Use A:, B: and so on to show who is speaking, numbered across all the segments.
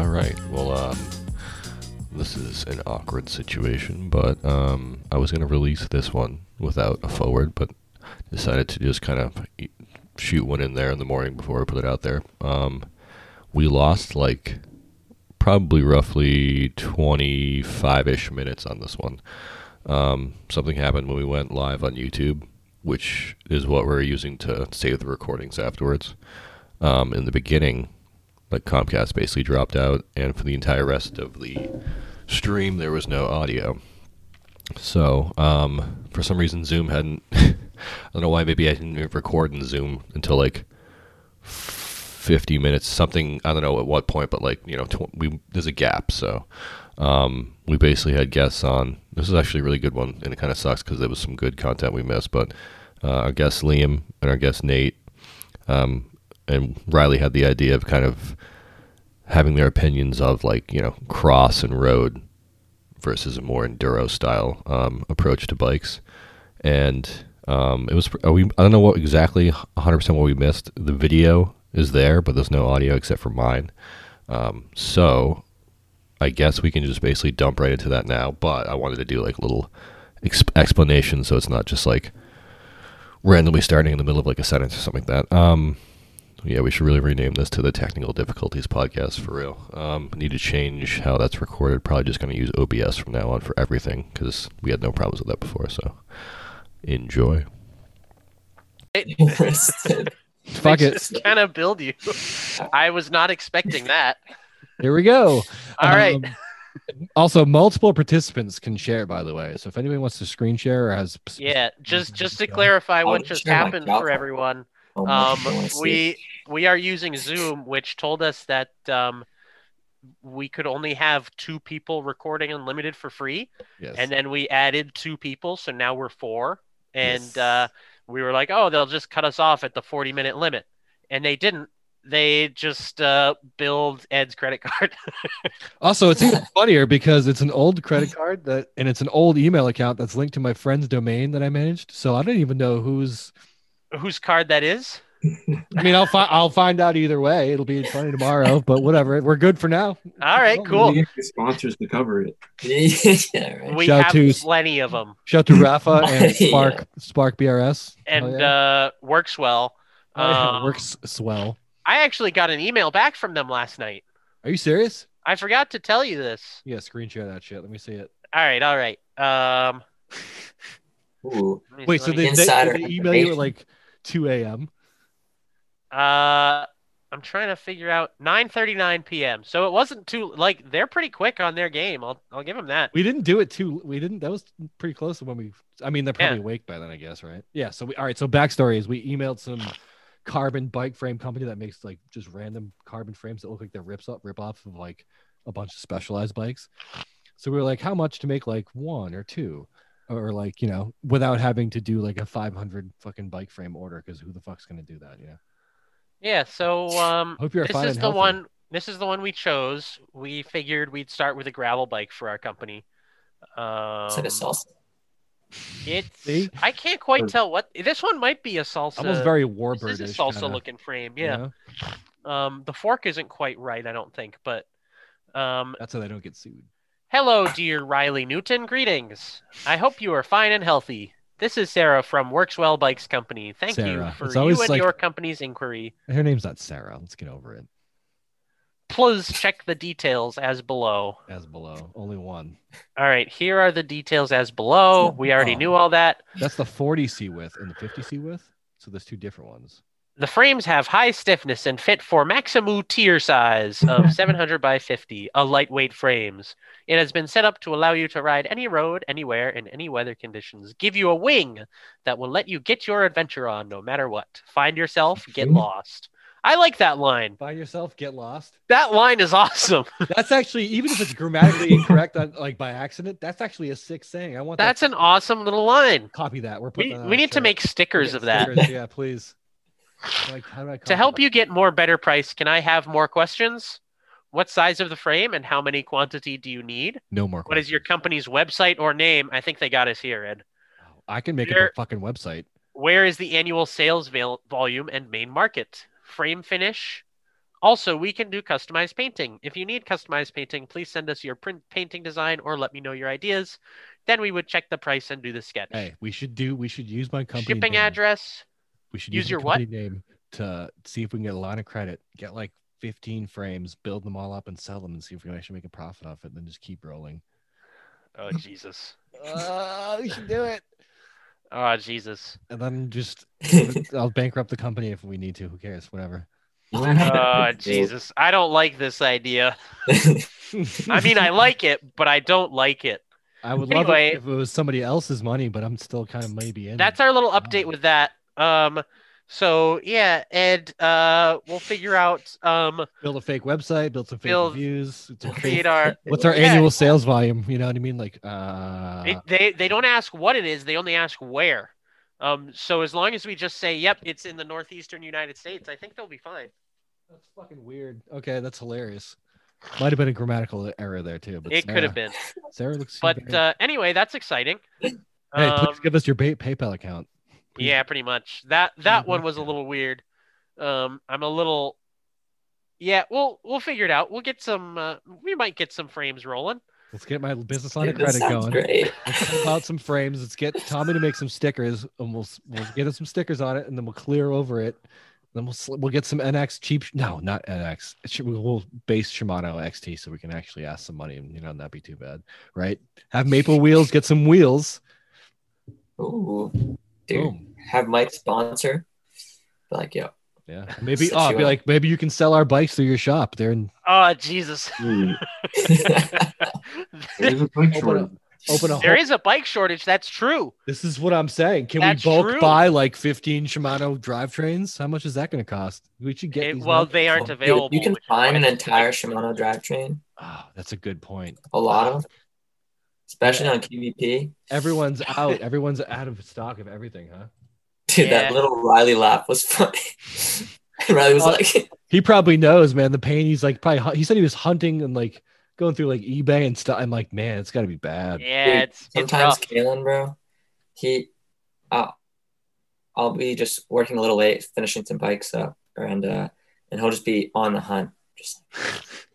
A: right. Well, um, this is an awkward situation, but um, I was gonna release this one without a forward, but decided to just kind of e- shoot one in there in the morning before I put it out there. Um, we lost like probably roughly 25-ish minutes on this one. Um, something happened when we went live on YouTube, which is what we're using to save the recordings afterwards. Um, in the beginning, like Comcast basically dropped out, and for the entire rest of the stream, there was no audio. So, um, for some reason, Zoom hadn't. I don't know why. Maybe I didn't record in Zoom until like fifty minutes, something. I don't know at what point, but like you know, tw- we there's a gap. So, um, we basically had guests on. This is actually a really good one, and it kind of sucks because there was some good content we missed. But uh, our guest Liam and our guest Nate um, and Riley had the idea of kind of having their opinions of like you know cross and road versus a more enduro style um, approach to bikes, and um, it was pr- we I don't know what exactly 100 percent what we missed. The video is there, but there's no audio except for mine. Um, so I guess we can just basically dump right into that now. But I wanted to do like little exp- explanations, so it's not just like randomly starting in the middle of like a sentence or something like that. Um, yeah, we should really rename this to the Technical Difficulties Podcast for real. Um, need to change how that's recorded. Probably just going to use OBS from now on for everything because we had no problems with that before. So enjoy.
B: Fuck Just kind of build you. I was not expecting that.
C: Here we go.
B: All right.
C: Um, also, multiple participants can share, by the way. So if anyone wants to screen share or has.
B: Yeah. Just just to clarify what
D: Oh,
B: just
D: sure, my
B: happened
D: God.
B: for everyone.
D: Oh my
B: Um,
D: God, I wanna see
B: we we are using Zoom, which told us that um, we could only have two people recording unlimited for free,
C: Yes.
B: and then we added two people, so now we're four. And
C: Yes.
B: uh, we were like, oh, they'll just cut us off at the forty minute limit, and they didn't. They just uh, billed Ed's credit card.
C: Also, it's even funnier because it's an old credit card that, and it's an old email account that's linked to my friend's domain that I managed. So I don't even know who's.
B: Whose card that is?
C: I mean, I'll find I'll find out either way. It'll be funny tomorrow, but whatever. We're good for now.
B: All right,
C: Well,
B: cool.
E: We get sponsors to cover it.
D: it. yeah, right.
B: We
C: Shout
B: have
C: to-
B: plenty of them,
C: Shout out to Rafa and
D: Yeah.
C: Spark Spark BRS.
B: and
C: Hell Oh, yeah.
B: uh, works well.
C: Hell yeah,
B: um,
C: works swell.
B: I actually got an email back from them last night.
C: Are you serious?
B: I forgot to tell you this.
C: Yeah, screen share that shit. Let me see it.
B: All right, all right. Um,
D: Ooh,
B: let me- let
C: Wait, so
B: me-
C: they, they,
D: Insider
C: they email you at
D: information.
C: like 2 a.m.
B: uh, I'm trying to figure out 9:39 p.m. So it wasn't too like they're pretty quick on their game. I'll I'll give them that.
C: We didn't do it too. We didn't. That was pretty close to when we. I mean, they're probably
B: Yeah.
C: awake by then, I guess, right? Yeah. So we. All right. So backstory is we emailed some carbon bike frame company that makes like just random carbon frames that look like they're rips up rip off of like a bunch of specialized bikes. So we were like, how much to make like one or two, or like you know, without having to do like a five hundred fucking bike frame order because who the fuck's gonna do that? Yeah.
B: Yeah. So um,
C: Hope you're
B: this
C: fine
B: is
C: and
B: the
C: healthy.
B: one. This is the one we chose. We figured we'd start with a gravel bike for our company. Um,
D: it's like a salsa.
B: It's
C: See?
B: I can't quite
E: Or-
B: tell what this one might be a salsa.
C: Almost very
B: this
C: warbird.
B: is a salsa looking frame. Yeah. Um, the fork isn't quite right, I don't think. But um,
C: That's how they don't get sued.
B: hello, dear Riley Newton. Greetings. I hope you are fine and healthy. This is Sarah from Workswell Bikes Company. Thank
C: Sarah.
B: you for
C: It's
B: you
C: always
B: and
C: like-
B: your company's inquiry.
C: Her name's not Sarah. Let's get over it.
B: Please check the details as below.
C: As below, only one.
B: All right, here are the details as below. We already
C: Oh.
B: knew all that.
C: That's the 40 C width and the 50 C width. So there's two different ones.
B: The frames have high stiffness and fit for Maximu tier size of 700 by 50, a lightweight frames. It has been set up to allow you to ride any road, anywhere, in any weather conditions. Give you a wing that will let you get your adventure on no matter what. Find yourself, get
C: Mhm.
B: lost. I like that line.
C: Find yourself, get lost.
B: That line is awesome.
C: That's actually even if it's grammatically incorrect, on, like by accident, that's actually a sick saying. I want that
B: That's an awesome little line.
C: to copy that. We're putting
B: We,
C: that on
B: we
C: a
B: need to
C: shirt.
B: make stickers
C: Yeah,
B: of that.
C: stickers, Yeah, please. Like, how do
B: To
C: I copy
B: help
C: that?
B: you get more better price, can I have more questions? What size of the frame and how many quantity do you need?
C: No more.
B: What is your
C: questions.
B: company's website or name? I think they got us here, Ed.
C: Oh, I can make up
B: Your-
C: a fucking website.
B: Where is the annual sales val- volume and main market? Frame finish, Also, we can do customized painting. If you need customized painting, please send us your print painting design or let me know your ideas. Then we would check the price and do the sketch.
C: Hey, we should do. We should use my company
B: Shipping
C: name.
B: address.
C: We should
B: use
C: use,
B: your
C: my
B: what?
C: company name to see if we can get a line of credit. Get like 15 frames, build them all up, and sell them, and see if we can actually make a profit off it. And then just keep rolling.
B: Oh Jesus.
C: Uh, we should do it.
B: Oh Jesus.
C: And then just I'll bankrupt the company if we need to. Who cares? Whatever.
B: Oh Jesus. I don't like this idea. I mean, I like it, but I don't like it.
C: I would
B: Anyway.
C: love it if it was somebody else's money, but I'm still kind of maybe in.
B: That's our little
C: Wow.
B: update with that. Um. So yeah, Ed. Uh, we'll figure out. Um,
C: build a fake website, build some fake
B: Build-
C: reviews. It's a fake-
B: create our.
C: What's our
B: Yeah.
C: annual sales volume? You know what I mean? Like, uh,
B: It, they they don't ask what it is. They only ask where. Um. So as long as we just say, "Yep, it's in the northeastern United States," I think they'll be fine.
C: that's fucking weird. Okay, that's hilarious. Might have been a grammatical error there too. But
B: it could have been.
C: been. Sarah looks.
B: But uh, anyway, that's exciting.
C: hey,
B: Um,
C: please give us your pay- PayPal account. please-
B: Yeah, pretty much. That that one
C: Mhm.
B: was a little weird. Um, I'm a little. Yeah, we'll we'll figure it out. We'll get some. Uh, we might get some frames rolling.
C: Let's get my business line of
D: That
C: credit
D: sounds
C: going.
D: great.
C: Pull out some frames. Let's get Tommy to make some stickers, and we'll we'll get him some stickers on it, and then we'll clear over it. Then we'll sl- we'll get some NX cheap. No, not NX. It should- We'll base Shimano XT so we can actually ask some money, and you know that'd be too bad, right? Have maple wheels. Get some wheels.
D: Ooh, dude,
C: Boom.
D: have Mike sponsor. Like, yo,
C: Yeah. Maybe.
D: Set
C: Oh, I'd
D: you
C: be
D: up.
C: like, maybe you can sell our bikes through your shop. They're in,
B: Oh Jesus!
E: Hmm.
B: there
E: There's a bike
C: Open
E: shortage.
C: open a. Whole,
B: is a bike shortage. That's true.
C: this is what I'm saying. Can
B: That's
C: we bulk
B: true.
C: buy like 15 Shimano drivetrains? How much is that going to cost? We should get.
B: It-
C: these
B: well,
C: numbers.
B: they aren't
D: dude,
B: available.
D: you can
B: which is
D: find an
B: why-
D: entire Shimano drivetrain.
C: Oh, that's a good point.
D: A lot of, 'em, especially on QVP.
C: Everyone's out. Everyone's out of stock of everything, huh?
D: Dude,
B: Yeah.
D: that little Riley laugh was funny. Riley was
C: Oh.
D: like,
C: He probably knows, man. The pain. He's like probably. hu- He said he was hunting and like going through like eBay and stuff. I'm like, man, it's got to be bad.
B: Yeah, it's, it's
D: sometimes
B: rough.
D: Kalen, bro, he, uh, I'll be just working a little late, finishing some bikes up, and uh, and he'll just be on the hunt, just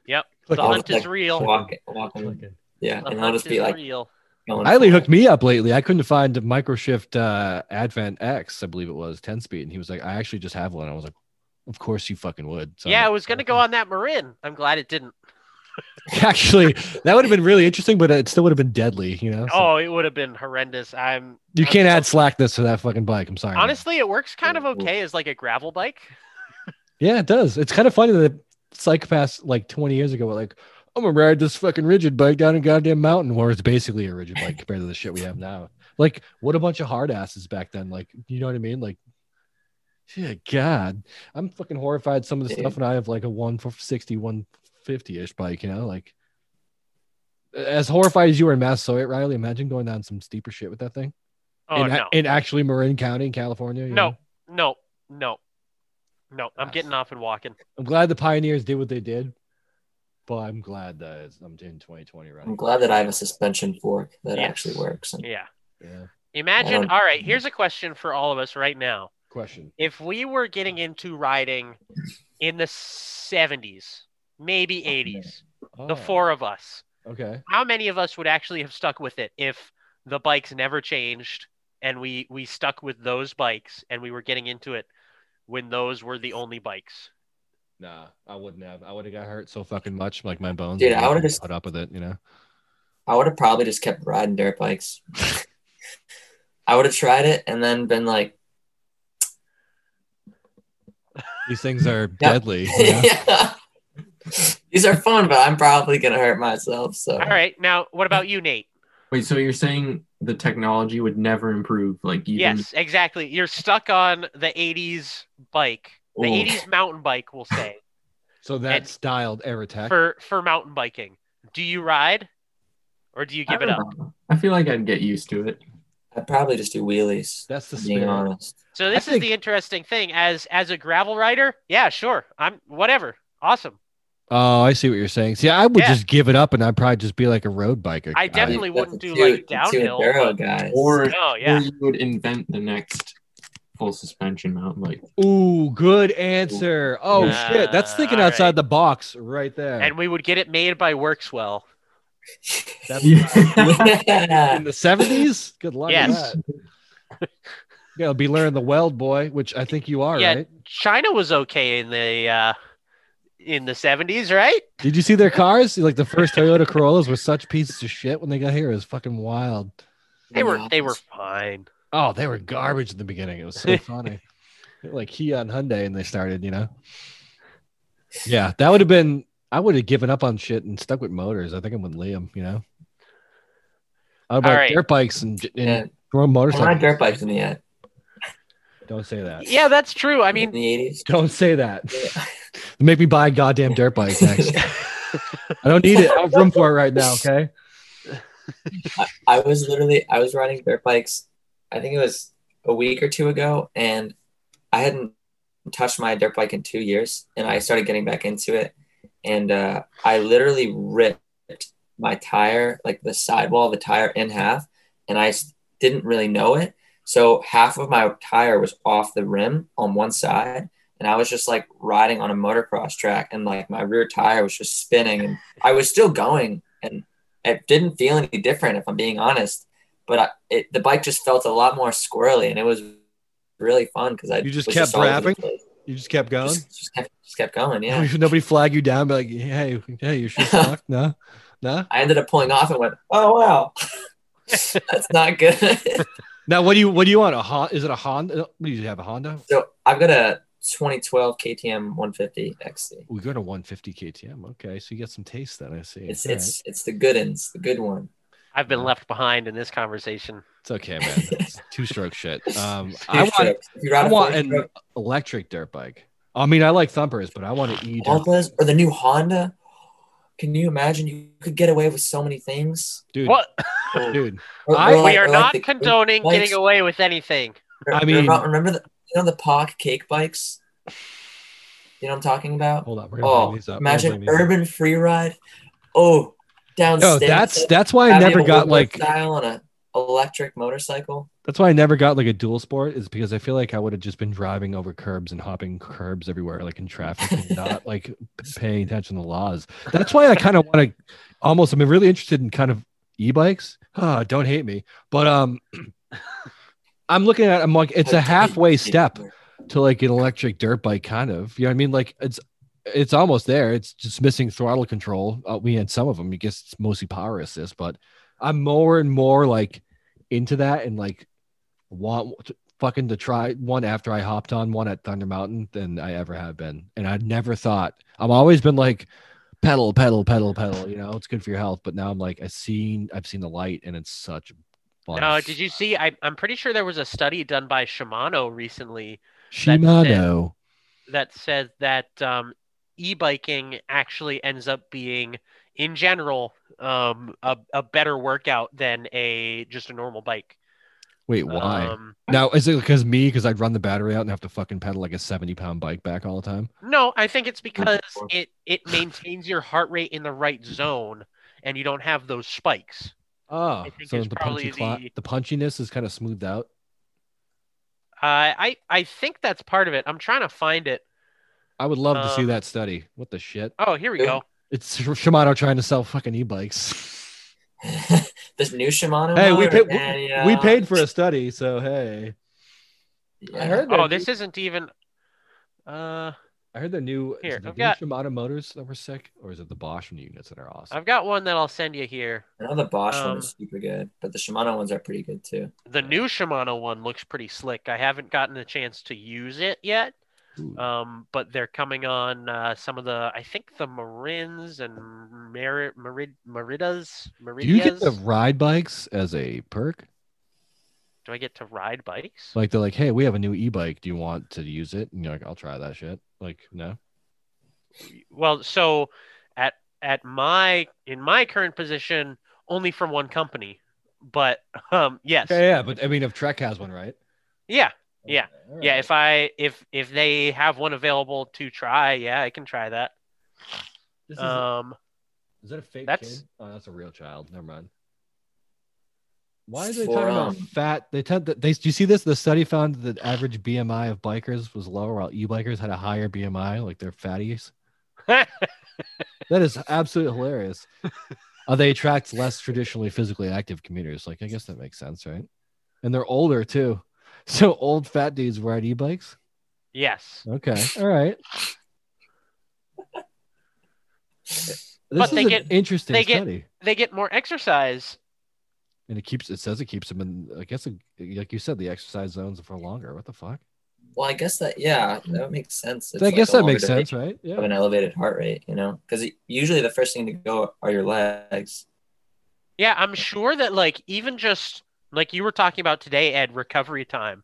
B: The
D: I'll
B: hunt
D: just,
B: is real.
D: walking, walking, yeah,
B: The
D: and he'll
B: hunt
D: just be
B: is
D: like,
B: real.
D: going
C: Riley
D: for it.
C: hooked me up lately. I couldn't find a microshift uh, Advent X, I believe it was 10 speed, and he was like, I actually just have one. I was like, of course you fucking would. So I'm
B: Yeah, I
C: like,
B: was gonna go on that Marin. I'm glad it didn't.
C: Actually, that would have been really interesting, but it still would have been deadly. You know, So
B: Oh, it would have been horrendous. I'm.
C: you
B: I'm
C: can't
B: so-
C: add slackness to that fucking bike. I'm sorry. man.
B: Honestly, it works kind of okay as like a gravel bike.
C: Yeah, it does. It's kind of funny that psychopaths like 20 years ago were like, I'm gonna ride this fucking rigid bike down a goddamn mountain, where it's basically a rigid bike compared to the shit we have now. Like, what a bunch of hard asses back then. Like, you know what I mean? Like, yeah, God, I'm fucking horrified. Some of the stuff, and I have like a 160, 150 ish bike, you know, like as horrified as you were in Massasoit, Riley. Imagine going down some steeper shit with that thing
B: Oh
C: in,
B: no,
C: in actually Marin County, in California. you
B: No.
C: know?
B: no, no, no. I'm
C: Nice.
B: getting off and walking.
C: I'm glad the pioneers did what they did, but I'm glad that it's, I'm in 2020
D: I'm
C: running.
D: glad that I have a suspension fork that
B: Yes.
D: actually works. And
B: Yeah.
C: Yeah.
B: Imagine.
D: Um,
B: All right. Here's a question for all of us right now.
C: Question.
B: If we were getting into riding in the 70s, maybe 80s, the
C: Oh,
B: four of us,
C: Okay.
B: how many of us would actually have stuck with it if the bikes never changed and we we stuck with those bikes and we were getting into it when those were the only bikes?
C: Nah, I wouldn't have. I would have got hurt so fucking much, like my bones.
D: Dude, I would've just-
C: put up with it. You know.
D: I would have probably just kept riding dirt bikes. I would have tried it and then been like,
C: These things are deadly. you know?
D: these are fun, but I'm probably gonna hurt myself. So
B: All right. Now, what about you, Nate?
E: Wait, so you're saying the technology would never improve? Like even
B: Yes, exactly. You're stuck on the 80s bike. The
E: Ooh.
B: 80s mountain bike, we'll say,
C: So that
B: And-
C: styled air attack.
B: for for mountain biking. Do you ride or do you
E: I
B: give it
E: don't
B: up?
E: know. I feel like I'd get used to it.
D: I'd probably just do wheelies.
C: That's the
D: Being
C: spirit.
D: honest,
B: So this is
C: think-
B: the interesting thing as as a gravel rider, yeah, sure. I'm whatever. Awesome.
C: Oh, I see what you're saying. See, I would
B: Yeah.
C: just give it up, and I'd probably just be like a road biker.
B: I
C: Uh,
B: definitely
D: That's
B: wouldn't
D: the
B: do
D: two-
B: like
D: the two
B: downhill.
D: enduro
B: but-
D: guys.
E: Or
B: No, yeah.
E: you would invent the next full suspension mountain bike.
C: Ooh, good answer. Oh
B: Nah,
C: shit, that's thinking
B: all
C: outside
B: right.
C: the box right there.
B: and we would get it made by Workswell.
C: That's
D: yeah.
C: in the seventies. Good luck. with
B: Yes.
C: that. Yeah, be learning the weld, boy, which I think you are,
B: Yeah.
C: right?
B: China was okay in the uh, in the seventies, right?
C: Did you see their cars? Like the first Toyota Corollas were such pieces of shit when they got here. It was fucking wild.
B: They were they were fine.
C: Oh, they were garbage in the beginning. It was so funny. like Kia and Hyundai, and they started, you know. Yeah, that would have been. I would have given up on shit and stuck with motors. I think I'm with Liam. You know. I'd buy
B: All right.
C: dirt bikes and, j- and
D: Yeah.
C: throw
D: We're not
C: motorcycles.
D: dirt bikes in the uh, end.
C: Don't say that.
B: Yeah, that's true. I
D: in
B: mean,
D: the eighties.
C: Don't say that. Make me buy a goddamn dirt bike next. I don't need it. I have room for it right now. Okay.
D: I was literally I was riding dirt bikes. I think it was a week or two ago, and I hadn't touched my dirt bike in two years, and I started getting back into it, and uh, I literally ripped my tire, like the sidewall of the tire, in half, and I s- didn't really know it. So half of my tire was off the rim on one side, and I was just like riding on a motocross track, and like my rear tire was just spinning, and I was still going, and it didn't feel any different if I'm being honest. But I, it, the bike just felt a lot more squirrely, and it was really fun because I
C: You just
D: was
C: kept
D: all over the
C: rapping?
D: place.
C: You just kept going.
D: Just, just kept, just kept going. Yeah,
C: Nobody flag you down. Be like, hey, hey, your shoes suck. No, no.
D: I ended up pulling off and went, "Oh wow, that's not good."
C: Now, what do you what do you want? A Honda? Is it a Honda? Uh, What do you have? A Honda?
D: so I've got a 2012 KTM 150 XC.
C: We got a 150 KTM. Okay, so you got some taste then. I see.
D: It's
C: All right.
D: it's it's the good ends, the good one.
B: I've been left behind in this conversation.
C: It's okay, man. It's two stroke shit. Um, I want
D: If you ride
C: I
D: a
C: want an
D: four-stroke,
C: electric dirt bike. I mean, I like thumpers, but I want an e dirt.
D: Hondas or the new Honda. Can you imagine? You could get away with so many things.
C: Dude,
B: What?
D: Or-
C: dude,
D: or- or
C: I-
D: like-
B: we are
D: or like
B: not
D: the-
B: condoning
D: bikes.
B: getting away with anything.
D: or-
C: I
D: or
C: mean-
D: about- remember the you know the POC cake bikes. You know what I'm talking about?
C: hold on. We're gonna bring
D: Oh,
C: these up. We're gonna bring
D: imagine
C: these up.
D: urban free ride. Oh, downstairs. uh,
C: No, that's that's why I
D: Have you
C: never
D: ever
C: got
D: rode
C: like
D: style on a electric motorcycle.
C: that's why I never got like a dual sport is because I feel like I would have just been driving over curbs and hopping curbs everywhere, like in traffic, and not like p- paying attention to laws. That's why I kind of want to almost. I'm really interested in kind of e-bikes. Ah, don't hate me, but um, I'm looking at. I'm like, it's a
D: Like,
C: halfway
D: you-
C: step to like an electric dirt bike, kind of. You know what I mean? Like it's. It's almost there. It's just missing throttle control. Uh, we had some of them. I guess it's mostly power assist, but I'm more and more like into that and like want to, fucking to try one after I hopped on one at Thunder Mountain than I ever have been. And I'd never thought I've always been like pedal, pedal, pedal, pedal, you know, it's good for your health. But now I'm like, I've seen I've seen the light and it's such fun.
B: No, Uh, did you see? I, I'm pretty sure there was a study done by Shimano recently
C: Shimano.
B: that said that um, e-biking actually ends up being, in general, um, a, a better workout than a just a normal bike.
C: Wait, why?
B: Um,
C: now is it because me because I'd run the battery out and have to fucking pedal like a 70 pound bike back all the time?
B: no, I think it's because it it maintains your heart rate in the right zone, and you don't have those spikes.
C: Oh,
B: think
C: so
B: it's
C: the
B: probably
C: punchy clot,
B: the-
C: the punchiness is kind of smoothed out.
B: Uh, I I think that's part of it. I'm trying to find it.
C: I would love to see
B: Um,
C: that study. What the shit?
B: Oh, here we
D: Dude.
B: go.
C: It's Shimano trying to sell fucking e-bikes.
D: this new Shimano.
C: Hey, we
D: motor,
C: paid-
D: man, you
C: we
D: know,
C: paid for a study, so hey.
D: yeah.
B: Oh, this isn't even. Uh,
C: I heard the new is
B: Here,
C: it the
B: I've
C: new
B: got-
C: Shimano motors that were sick, or is it the Bosch units that are awesome?
B: I've got one that I'll send you here.
D: I know the Bosch
B: Um,
D: one is super good, but the Shimano ones are pretty good too.
B: The new Shimano one looks pretty slick. I haven't gotten a chance to use it yet,
C: Ooh.
B: um, but they're coming on uh, some of the, I think the Marins and Mer- Merid- Meridas. Meridias.
C: Do you get the ride bikes as a perk?
B: Do I get to ride bikes?
C: Like they're like, hey, we have a new e-bike. Do you want to use it? And you're like, I'll try that shit. Like, no.
B: Well, so at at my in my current position, only from one company, but um, yes,
C: Yeah, yeah, but I mean, if Trek has one, right?
B: yeah, Yeah.
C: Okay, all
B: yeah.
C: right.
B: If I if if they have one available to try, yeah, I can try that.
C: This is,
B: Um,
C: is that a fake
B: that's-
C: kid? Oh, that's a real child. Never mind. Why are they
D: For,
C: talking
D: um,
C: about fat? They tend that they. Do you see this? The study found that the average BMI of bikers was lower, while e-bikers had a higher BMI, like they're fatties. That is absolutely hilarious. Uh, they attract less traditionally physically active commuters. Like, I guess that makes sense, right? And they're older too. So old fat dudes ride e-bikes.
B: yes.
C: Okay, all right. This
B: But
C: is
B: they
C: an
B: get-
C: interesting
B: they get-
C: study,
B: They get more exercise.
C: and it keeps. It says it keeps them in. I guess, it, like you said, the exercise zones for longer. What the fuck?
D: Well, I guess that yeah, that makes sense. It's
C: I
D: like
C: guess
D: a
C: that
D: longer
C: makes
D: duration
C: sense, right?
D: Of
C: Yeah.
D: an elevated heart rate, you know, because usually the first thing to go are your legs.
B: Yeah, I'm sure that like even just like you were talking about today, Ed, recovery time.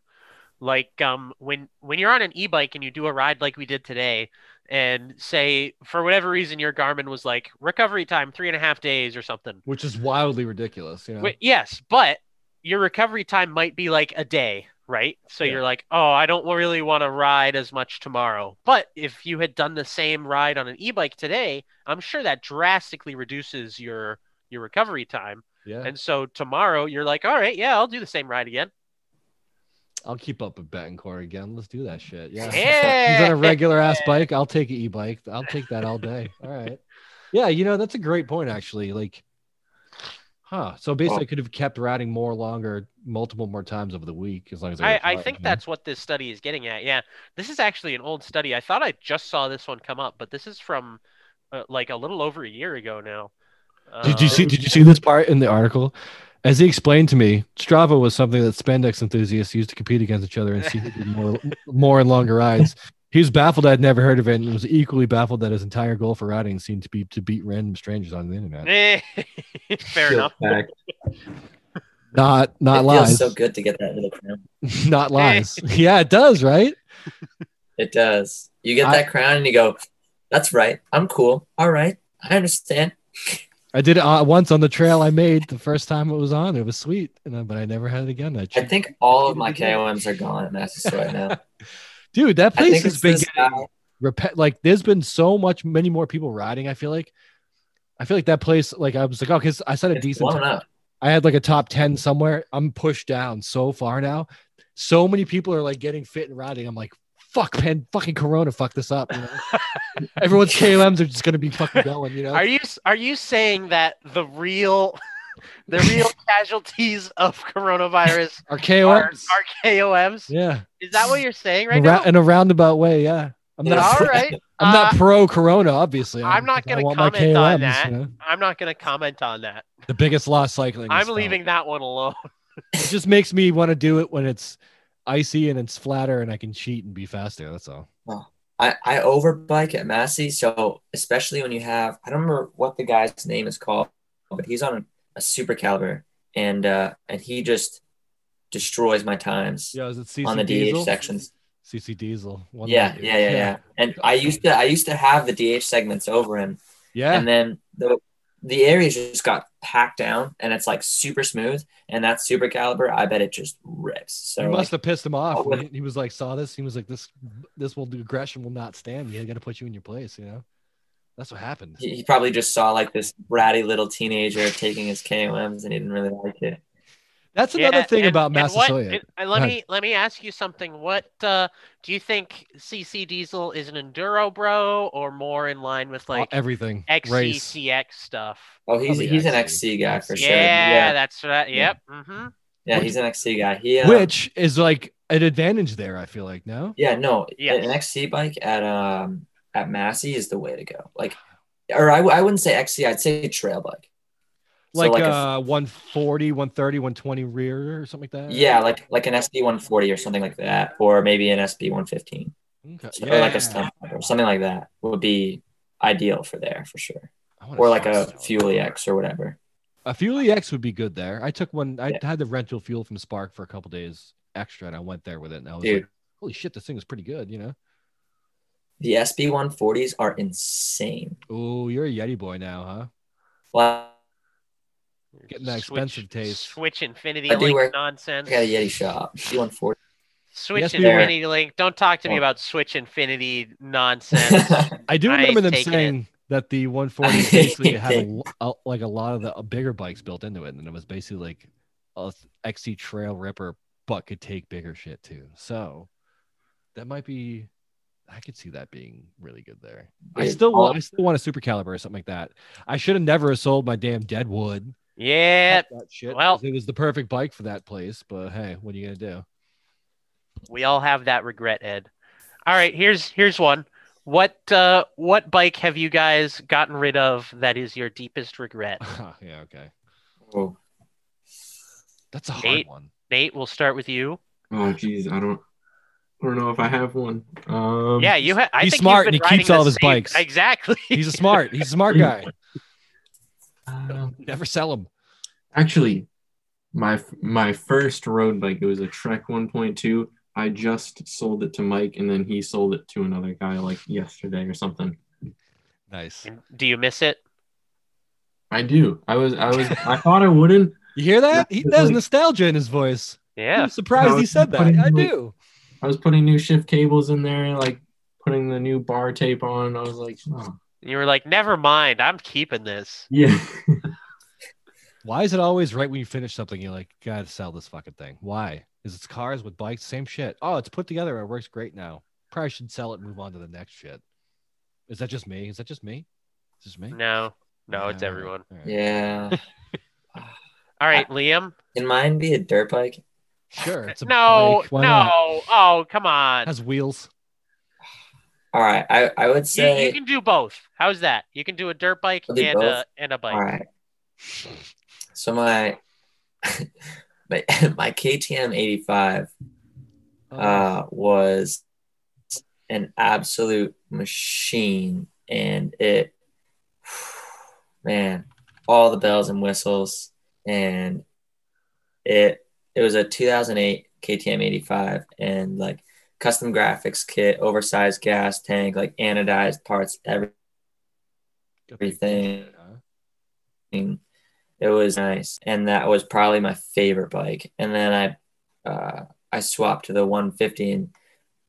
B: Like um when when you're on an e-bike and you do a ride like we did today, and say for whatever reason your Garmin was like recovery time three and a half days or something.
C: Which is wildly ridiculous, you know.
B: Wait, yes, but your recovery time might be like a day, right? So
C: Yeah.
B: you're like, oh, I don't really want to ride as much tomorrow. But if you had done the same ride on an e-bike today, I'm sure that drastically reduces your your recovery time.
C: yeah.
B: And so tomorrow you're like, all right, yeah, I'll do the same ride again.
C: I'll keep up with Betancourt again. Let's do that shit. Yeah.
B: Yeah.
C: He's on a regular ass bike. I'll take an e-bike. I'll take that all day. All right. Yeah, you know, that's a great point actually. Like huh. So basically I could have kept riding more longer, multiple more times over the week as long as I
B: I,
C: was
B: I
C: tired,
B: think
C: you know?
B: that's what this study is getting at. Yeah. This is actually an old study. I thought I just saw this one come up, but this is from uh, like a little over a year ago now.
C: Did you
B: Um,
C: see did you see this part in the article? As he explained to me, Strava was something that spandex enthusiasts used to compete against each other and see who did more more and longer rides. He was baffled I'd never heard of it and was equally baffled that his entire goal for riding seemed to be to beat random strangers on the internet.
B: Eh, Fair enough.
E: Back.
C: Not not
D: it
C: lies.
D: feels so good to get that little crown.
C: not lies. yeah, it does, right?
D: It does. You get
C: I-
D: that crown and you go, "That's right. I'm cool. All right, I understand."
C: I did it uh, once on the trail I made the first time it was on. It was sweet, and I, but I never had it again. I,
D: I
C: cheated.
D: think all of my
C: Cheated again.
D: KOMs are gone at Massachusetts right now.
C: dude, that
D: I
C: place
D: think
C: has
D: it's
C: been
D: this
C: getting
D: guy.
C: repet. Like, there's been so much, many more people riding. I feel like, I feel like that place. Like, I was like, oh, because I set a
D: It's
C: decent.
D: blown
C: time.
D: up.
C: I had like a top ten somewhere. I'm pushed down so far now. So many people are like getting fit and riding. I'm like, fuck, man, fucking Corona, fuck this up. You know? Everyone's KOMs are just gonna be fucking going. You know,
B: Are you s- are you saying that the real the real casualties of coronavirus
C: our
B: are,
C: KOMs.
B: are KOMs?
C: yeah.
B: Is that what you're saying right
C: Arou-
B: now?
C: in a roundabout way. Yeah, I'm
D: Yeah.
C: not.
B: All right.
C: I'm not
B: Uh,
C: pro Corona, obviously.
B: I'm not
C: I
B: gonna
C: want my
B: comment on
C: KLMs,
B: that.
C: know?
B: I'm not going to comment on that.
C: The biggest loss cycling. is
B: I'm
C: felt.
B: leaving that one alone.
C: It just makes me want to do it when it's icy and it's flatter, and I can cheat and be faster. That's all.
D: I, I overbike at Massey, so especially when you have I don't remember what the guy's name is called, but he's on a, super caliber and uh and he just destroys my times
C: Yeah, is it CC
D: on the
C: Diesel?
D: DH sections.
C: CC Diesel. One
D: Yeah,
C: man, dude.
D: yeah, yeah, yeah. And I used to I used to have the DH segments over him.
C: Yeah.
D: And then the the areas just got packed down and it's like super smooth and that super caliber, I bet it just rips. So
C: you must have pissed him off.
D: Oh,
C: when He he was like, saw this. He was like, this, this will do. Aggression will not stand me. I got to put you in your place. You know, that's what happened.
D: he, he probably just saw like this bratty little teenager taking his KOMs and he didn't really like it.
C: That's another
B: Yeah,
C: thing
B: and-
C: about
B: and what-
C: Massasoit.
B: and- and let
C: Go
B: me let me ask you something. What uh, do you think CC Diesel is an enduro bro or more in line with like
C: everything. Race.
B: XCCX stuff?
D: Oh, he's
C: Probably
D: he's an
C: XC.
D: XC guy for
B: yeah,
D: sure. Yeah,
B: that's right.
D: Yeah.
B: Yep. hmm
D: yeah,
C: Which-
D: he's an XC guy. He uh,
C: which is like an advantage there. I feel like no.
D: yeah, no,
B: Yes.
D: an XC bike at um at Massey is the way to go. Like, or I, w- I wouldn't say XC, I'd say trail bike. So
C: Like,
D: like a-
C: uh, 140, 130, 120 rear or something like that.
D: Yeah, like like an SB 140 or something like that, or maybe an SB 115
C: Okay.
D: so, or like
C: Yeah.
D: a stump or something like that would be ideal for there for sure,
C: I wanna
D: or like
C: try
D: a
C: snow.
D: Fuel EX or whatever.
C: A Fuel EX would be good there. I took one. I
D: Yeah.
C: had the rental fuel from Spark for a couple days extra, and I went there with it, and I was
D: Dude,
C: like, "Holy shit, this thing is pretty good," you know.
D: the SB 140s are insane.
C: Oh, you're a Yeti boy now, huh?
D: Like,
C: Getting that expensive taste.
B: Switch Infinity
D: I do
B: Link
D: work-
B: nonsense.
D: I got a Yeti shop. SB 140.
B: Switch
C: Yes, we
D: were.
B: Infinity Link. Don't talk to me
D: Oh.
B: about Switch Infinity nonsense.
C: I do
B: I
C: remember them
B: taken it.
C: saying that the 140 basically had a, lo- like a lot of the bigger bikes built into it, and it was basically like a th- XC Trail Ripper, but could take bigger shit too. So that might be. I could see that being really good there. I
D: Yeah,
C: still,
D: all-
C: want, I still want a super caliber or something like that. I should have never sold my damn Deadwood.
B: Yeah,
C: Fuck that shit.
B: well-
C: 'cause it was the perfect bike for that place. But hey, what are you gonna do?
B: we all have that regret, Ed. All right, here's here's one. What uh what bike have you guys gotten rid of that is your deepest regret?
C: yeah, okay.
D: Oh,
C: That's a hard
B: Nate?
C: one.
B: Nate, we'll start with you.
E: Oh, geez, I don't, I don't know if I have one. Um,
B: yeah, you. Ha- I
C: he's
B: think
C: smart and
B: you've
C: he
B: been riding
C: keeps
B: the
C: all of his
B: same-
C: bikes.
B: Exactly.
C: He's a smart. He's a smart guy.
E: uh,
C: Never sell him.
E: actually, my my first road bike. It was a Trek 1.2. I just sold it to Mike, and then he sold it to another guy like yesterday or something.
C: Nice.
B: Do you miss it?
E: I do. I was. I was. I thought I wouldn't.
C: You hear that? He, there's nostalgia in his voice.
B: Yeah.
C: I'm surprised
E: No,
C: he said that.
E: funny.
C: I do.
E: I was putting new shift cables in there, like putting the new bar tape on. I was like, oh.
B: You were like, never mind. I'm keeping this.
E: yeah.
C: Why is it always right when you finish something? You're like, gotta sell this fucking thing. Why? Is it's cars with bikes, same shit. Oh, it's put together. It works great now. Probably should sell it. and Move on to the next shit. Is that just me? Is that just me? Is this me?
B: No, no, it's
C: All right,
B: everyone.
C: all right.
D: yeah.
B: All right, Liam.
D: Can mine be a dirt bike?
C: Sure. It's a
B: no,
C: bike.
B: no.
C: Why not?
B: Oh, come
C: It
B: on.
C: has wheels.
D: All right. I, I would
B: You, you
D: say.
B: can do both. How's that? You can do a dirt bike
D: I'll do
B: and a,
D: both.
B: and a bike.
D: All right. So my my my KTM 85
C: Oh,
D: uh, was an absolute machine, and it, man, all the bells and whistles, and it it was a 2008 KTM 85, and like custom graphics kit, oversized gas tank, like anodized parts,
C: good thing.
D: everything.
C: Huh?
D: thing. It was nice, and that was probably my favorite bike. And then I, uh, I swapped to the 150, and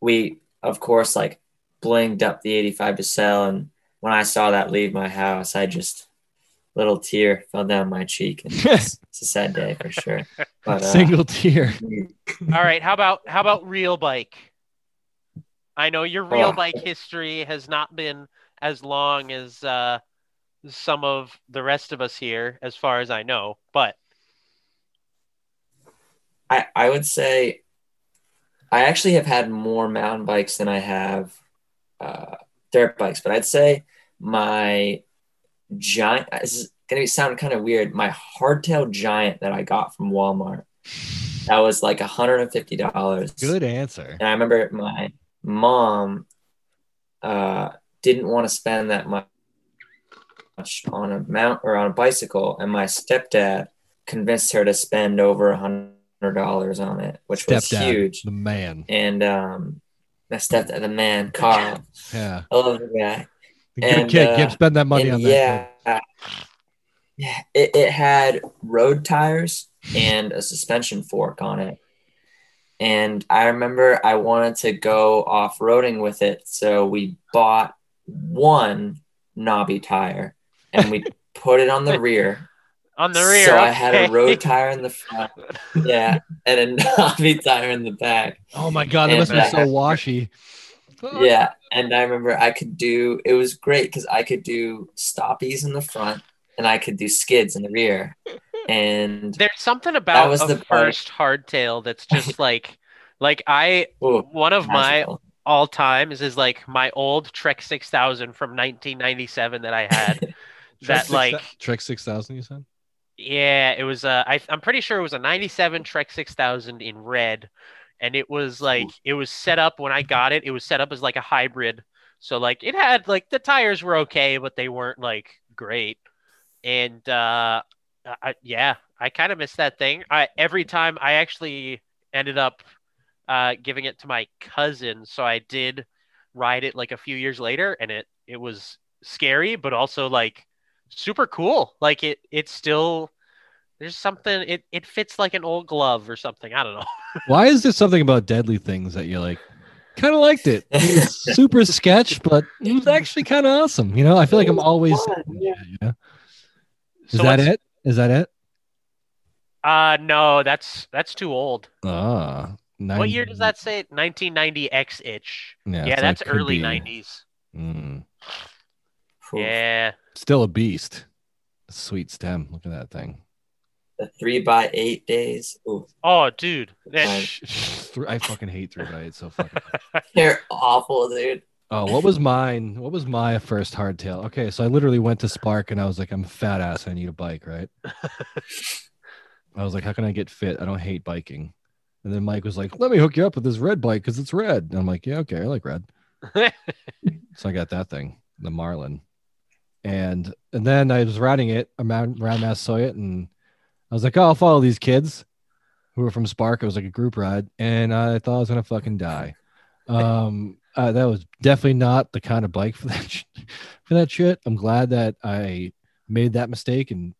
D: we, of course, like blinged up the 85 to sell. And when I saw that leave my house, I just little tear fell down my cheek. And it's, it's a sad day for sure. But uh,
C: Single tier.
B: All right. How about how about real bike? I know your real
D: Oh.
B: bike history has not been as long as uh, some of the rest of us here, as far as I know. But
D: I I would say, I actually have had more mountain bikes than I have uh, dirt bikes, but I'd say my giant this is gonna be sound kind of weird. My hardtail giant that I got from Walmart that was like hundred and fifty dollars.
C: Good answer.
D: And I remember my mom uh, didn't want to spend that mu- much on a mount or on a bicycle, and my stepdad convinced her to spend over a hundred dollars on it, which was
C: Stepdad,
D: huge.
C: the man.
D: And um, my stepdad, the man, Carl,
C: Yeah.
D: I love the guy.
C: The
D: And,
C: good kid.
D: uh,
C: Gib, spend that money
D: And
C: on that.
D: yeah, yeah. It, it had road tires and a suspension fork on it. And I remember I wanted to go off roading with it, so we bought one knobby tire and we put it on the rear.
B: on the rear,
D: So I had a
B: okay.
D: road tire in the front. Yeah, and a knobby tire in the back.
C: Oh my god, that must be
D: And,
C: so washy.
D: Yeah, and I remember I could do it was great because I could do stoppies in the front and I could do skids in the rear, and
B: There's something about
D: was
B: a
D: the part-
B: first hardtail that's just like, like I
D: oh,
B: one of my
D: magical.
B: all times is like my old Trek 6000 from 1997 that I had. that like
C: Trek six thousand, you said?
B: Yeah, it was. Uh, I, I'm pretty sure it was a '97 Trek 6000 in red, and it was like it was set up when I got it. It was set up as like a hybrid, so like it had like the tires were okay, but they weren't like great. And uh, I, I- yeah, I kind of missed that thing. I every time I actually ended up uh, giving it to my cousin, so I did ride it like a few years later, and it it was scary, but also like super cool. Like it it's still there's something it it fits like an old glove or something. I don't know.
C: Why is there something about deadly things that you're like kind of liked it? It was super sketch, but it was actually kind of awesome. You know, I feel like I'm always
D: Fun, yeah.
C: yeah. Is
B: So
C: that
B: what's-
C: it? Is that it?
B: Uh no, that's that's too old.
C: Ah,
B: What year does that say? 1990 X itch. Yeah,
C: so that
B: that's
C: could
B: early
C: be-
B: 90s.
C: Mm.
D: Oof.
B: Yeah.
C: still a beast. Sweet stem. Look at that thing.
D: The three by eight days. Ooh,
B: Oh, dude. That-
D: Right.
C: Three- I fucking hate three by eight so fucking.
D: they're awful, dude.
C: Oh, what was mine? What was my first hardtail? Okay, so I literally went to Spark and I was like, I'm a fat ass. I need a bike, right? I was like, how can I get fit? I don't hate biking. And then Mike was like, let me hook you up with this red bike because it's red. And I'm like, yeah, okay, I like red. so I got that thing, the Marlin. And and then I was riding it around, around Massasoit and I was like, oh, I'll follow these kids who were from Spark. It was like a group ride. And I thought I was going to fucking die. Um, uh, that was definitely not the kind of bike for that, sh- for that shit. I'm glad that I made that mistake and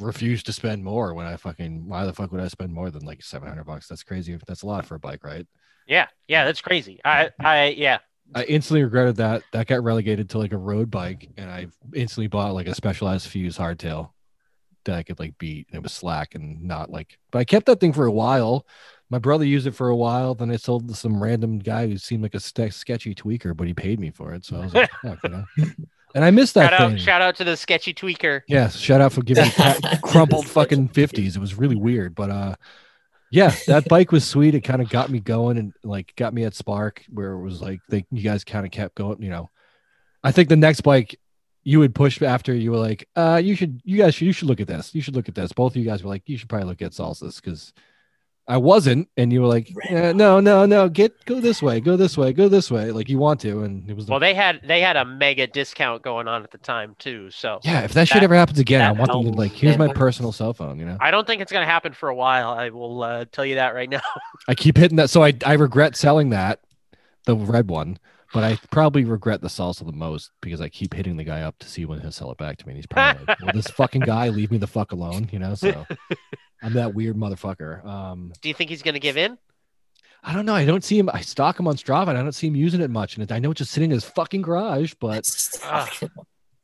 C: refused to spend more when I fucking, why the fuck would I spend more than like 700 bucks? That's crazy. That's a lot for a bike, right?
B: yeah. Yeah, that's crazy. I I yeah.
C: I instantly regretted that. That got relegated to like a road bike, and I instantly bought like a specialized fuse hardtail that I could like beat. And it was slack and not like, but I kept that thing for a while. My brother used it for a while. Then I sold to some random guy who seemed like a ste- sketchy tweaker, but he paid me for it. So I was like, fuck, you know? And I missed that
B: Shout out
C: thing.
B: shout out to the sketchy tweaker.
C: Yes, shout out for giving me ca- crumpled fucking fifties. It was really weird, but uh, yeah, that bike was sweet. It kind of got me going and like got me at Spark, where it was like they you guys kind of kept going. You know, I think the next bike you would push after you were like, uh, you should, you guys, should, you should look at this. You should look at this. Both of you guys were like, you should probably look at salsas because I wasn't, and you were like,
D: Right.
C: "Yeah, no, no, no, get go this way, go this way, go this way, like you want to, and it was the-
B: Well, they had they had a mega discount going on at the time too. So
C: yeah. If that, shit
B: that-
C: ever happens again, I
B: that
C: want them to
D: helps.
C: like, here's my
D: Yeah.
C: personal cell phone, you know.
B: I don't think it's gonna happen for a while. I will uh, tell you that right now.
C: I keep hitting that. So I, I regret selling that, the red one, but I probably regret the salsa the most because I keep hitting the guy up to see when he'll sell it back to me. And he's probably like, will this fucking guy leave me the fuck alone? You know, so I'm that weird motherfucker. Um,
B: Do you think he's gonna give in?
C: I don't know. I don't see him. I stalk him on Strava and I don't see him using it much. And I know it's just sitting in his fucking garage, but,
B: Ugh.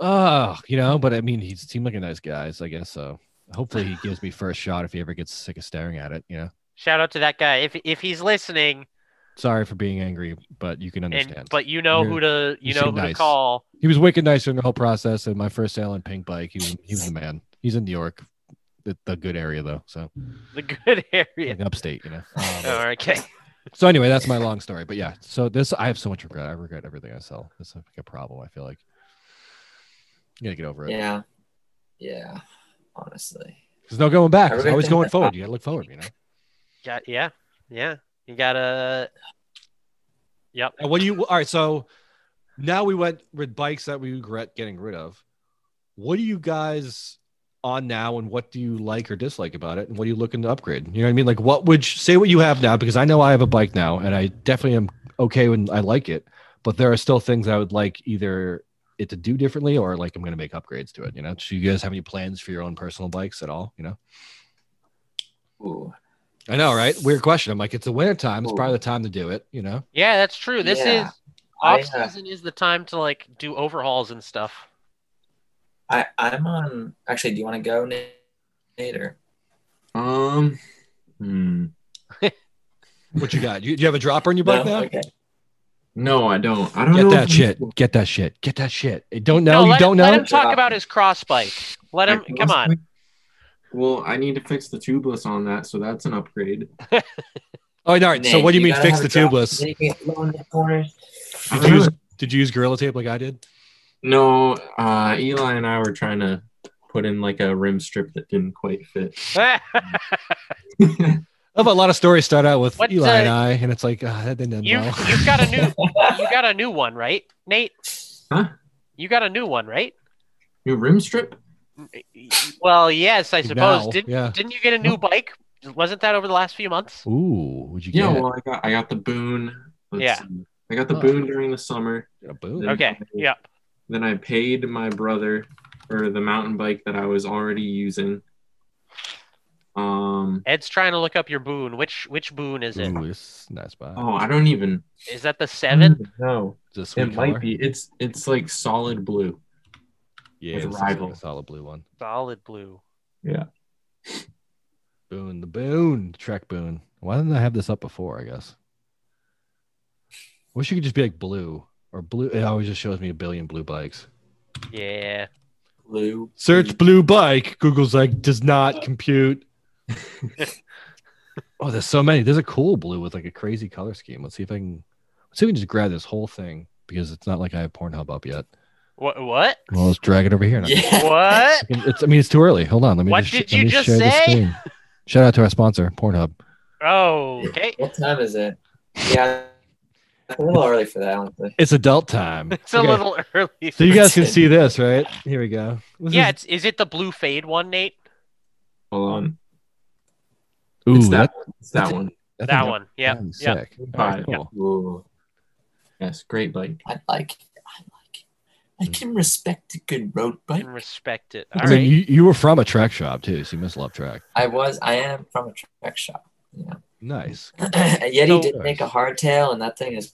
C: uh, you know, but I mean, he seemed like a nice guy. So I guess so. Hopefully he gives me first shot if he ever gets sick of staring at it, you know.
B: Shout out to that guy. If if he's listening,
C: Sorry for being angry, but you can understand.
B: and but you know
C: You're-
B: who to you
C: you
B: know who
C: seem
B: to
C: nice.
B: call.
C: he was wicked nice during the whole process. And my first sale on Pink Bike, he was he was the man. He's in New York, the, the good area though, so
B: The good area.
C: like upstate, you know. Um,
B: Oh, okay.
C: so anyway, that's my long story. But yeah, so this I have so much regret. I regret everything I sell. This is like a problem. I feel like you gotta get over it.
D: Yeah, yeah. Honestly,
C: There's no going back.
D: I
C: There's
D: regret
C: always
D: that.
C: going forward. You gotta look forward. You know.
B: Got yeah, yeah. You gotta. Yep.
C: And what do you? All right. So now we went with bikes that we regret getting rid of. What do you guys on now, and what do you like or dislike about it, and what are you looking to upgrade? You know what I mean? Like, what would you, say what you have now? Because I know I have a bike now, and I definitely am okay when I like it, but there are still things I would like either it to do differently or like I'm going to make upgrades to it. You know? So you guys have any plans for your own personal bikes at all? You know?
D: ooh,
C: I know, right? Weird question. I'm like, it's the winter time. It's
D: Ooh.
C: probably the time to do it. You know?
B: Yeah, that's true. This
D: Yeah.
B: is
D: I, uh,
B: off season is the time to like do overhauls and stuff.
D: I I'm on. Actually, do you want to go, Nate? Nate, or-
E: Um, hmm.
C: What you got? You, do you have a dropper in your bike now?
D: Okay.
E: No, I don't. I don't know
C: Get
E: if
C: that
E: I'm-
C: shit. Get that shit. Get that shit. You don't know.
B: No,
C: you
B: let,
C: don't
B: let
C: know.
B: him talk about his cross bike. Let him.
E: I-
B: Come on.
E: Well, I need to fix the tubeless on that, so that's an upgrade.
C: Oh, all right. So
D: Nate,
C: what do you mean
D: gotta
C: fix
D: have
C: the
D: a drop.
C: tubeless?
D: Then you can get low in the corners.
E: I
C: Did
E: don't
C: you
E: know.
C: use Did you use Gorilla Tape like I did?
E: No, uh, Eli and I were trying to put in like a rim strip that didn't quite fit.
C: I love a lot of stories start out with
B: What,
C: Eli
B: uh,
C: and I, and it's like ah, that didn't end
B: you
C: well.
B: you've got a new you got a new one, right, Nate?
E: Huh?
B: You got a new one, right?
E: New rim strip?
B: Well, yes, I suppose.
C: Now,
B: Didn't
C: yeah.
B: didn't you get a new bike? Wasn't that over the last few months?
C: Ooh, would you get
E: Yeah. Well, I got I got the boon.
B: Yeah.
E: see. I got the
C: Oh.
E: boon during the summer.
C: a boom?
E: Yeah.
B: Okay. Yeah.
E: Then I paid my brother for the mountain bike that I was already using. Um.
B: Ed's trying to look up your boon. Which which boon is it? Is
C: Ooh, it's a nice spot.
E: Oh, I don't even.
B: that the seven?
E: No,
C: it's a sweet
E: it
C: color.
E: might be. It's it's like solid blue.
C: Yeah,
E: with
C: this is like
E: rival.
C: a solid blue one.
B: Solid blue.
E: Yeah.
C: Boone, the Boone, Trek Boone. Why didn't I have this up before? I guess. Wish you could just be like blue or blue. It always just shows me a billion blue bikes.
B: Yeah.
D: Blue.
C: Search blue bike. Google's like does not compute. oh, there's so many. There's a cool blue with like a crazy color scheme. Let's see if I can. Let's see if we can just grab this whole thing because it's not like I have Pornhub up yet.
B: What? What?
C: Well, let's drag it over here. and I can-
D: Yeah.
B: What?
C: I can- it's, I mean, it's too early. Hold on. Let me.
B: What
C: just,
B: did
C: let
B: you
C: me
B: just
C: share the
B: say?
C: screen. Shout out to our sponsor, Pornhub.
B: Oh, okay.
D: What time is it? Yeah. A little early for that, honestly.
C: It's adult time.
B: It's a
C: Okay,
B: little early.
C: So you guys can see this, right? Here we go. This
B: yeah,
C: is-
B: it's, is it the blue fade one, Nate?
E: Hold on.
C: Ooh,
E: it's that,
C: that,
E: one. It's that one.
C: I
B: That
C: think
B: one. Yeah.
C: that'd be
B: Yeah.
C: sick. All right,
E: Yeah.
C: cool.
D: Ooh.
E: Yes, great bike.
D: I like it. I like it.
C: Hmm.
D: I can respect a good road bike.
B: And respect it.
C: I
B: All
C: mean,
B: right.
C: you, you were from a track shop too, so you must love track.
D: I was, I am from a track shop. You know.
C: Nice.
D: Yeti
B: So-
D: did make a hardtail, and that thing is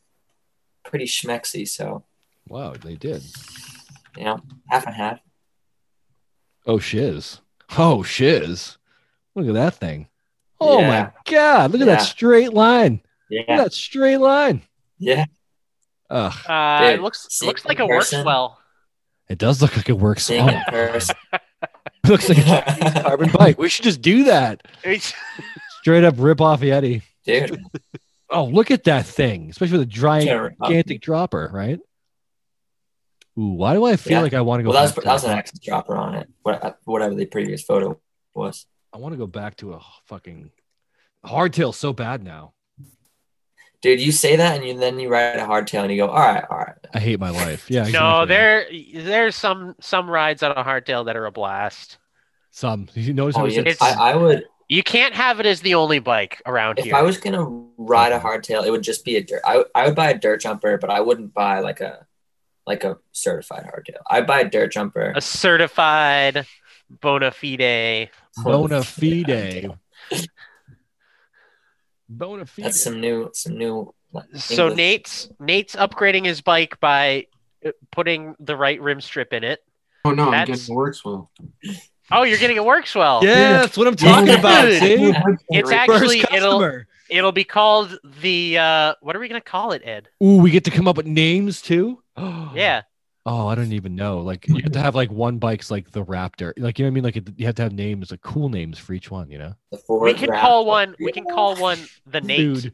D: pretty schmexy. So
C: Wow, they did.
D: you know, half and half.
C: Oh shiz. Oh shiz. Look at that thing. Oh
D: Yeah.
C: my god! Look at
D: Yeah.
C: that straight line. Look
D: Yeah,
C: at that straight line.
D: yeah.
C: Ugh,
B: Uh,
D: Dude,
B: it looks
D: see
B: looks
D: it
B: like
D: in
B: it works
D: person?
B: well.
C: it does look like it works.
D: Seeing
C: Oh,
D: it first.
C: looks like a carbon bike. We should just do that.
B: It's-
C: Straight up rip off Yeti.
D: Dude,
C: Oh, look at that thing, especially with a giant
D: can't remember.
C: gigantic dropper, right? Ooh, why do I feel
D: Yeah.
C: like I want to go
D: well, that was
C: back to
D: that was an
C: a-
D: X dropper on it. what- uh, Whatever the previous photo was.
C: I want to go back to a fucking hardtail so bad now.
D: Dude, you say that, and you then you write a hardtail, and you go, all right, all right.
C: I hate my life. Yeah,
B: No,
C: exactly.
B: there there's some some rides on a hardtail that are a blast.
C: some. You notice how
D: Oh,
C: we
D: yeah.
C: said
B: it's-
D: I, I would
B: You can't have it as the only bike around
D: if
B: here.
D: I was gonna ride a hardtail, it would just be a dirt. I, I would buy a dirt jumper, but I wouldn't buy like a like a certified hardtail. I'd buy a dirt jumper.
B: a certified bona fide.
C: bona fide? bona fide.
D: That's some new some new. like,
B: So
D: English.
B: Nate's Nate's upgrading his bike by uh, putting the right rim strip in it.
E: Oh no, I'm
B: That's-
E: getting works well.
B: Oh, you're getting it works well.
C: yeah, that's what I'm talking about.
B: Dude.
C: See?
B: It's actually it'll it'll be called the uh what are we gonna call it, Ed?
C: Ooh, we get to come up with names too.
B: Yeah.
C: Oh, I don't even know. Like you have to have like one bike's like the Raptor. Like you know what I mean? Like it, you have to have names, like cool names for each one. You know,
D: The Ford
B: We can
D: Raptor.
B: call one we can call one the Nate.
C: dude.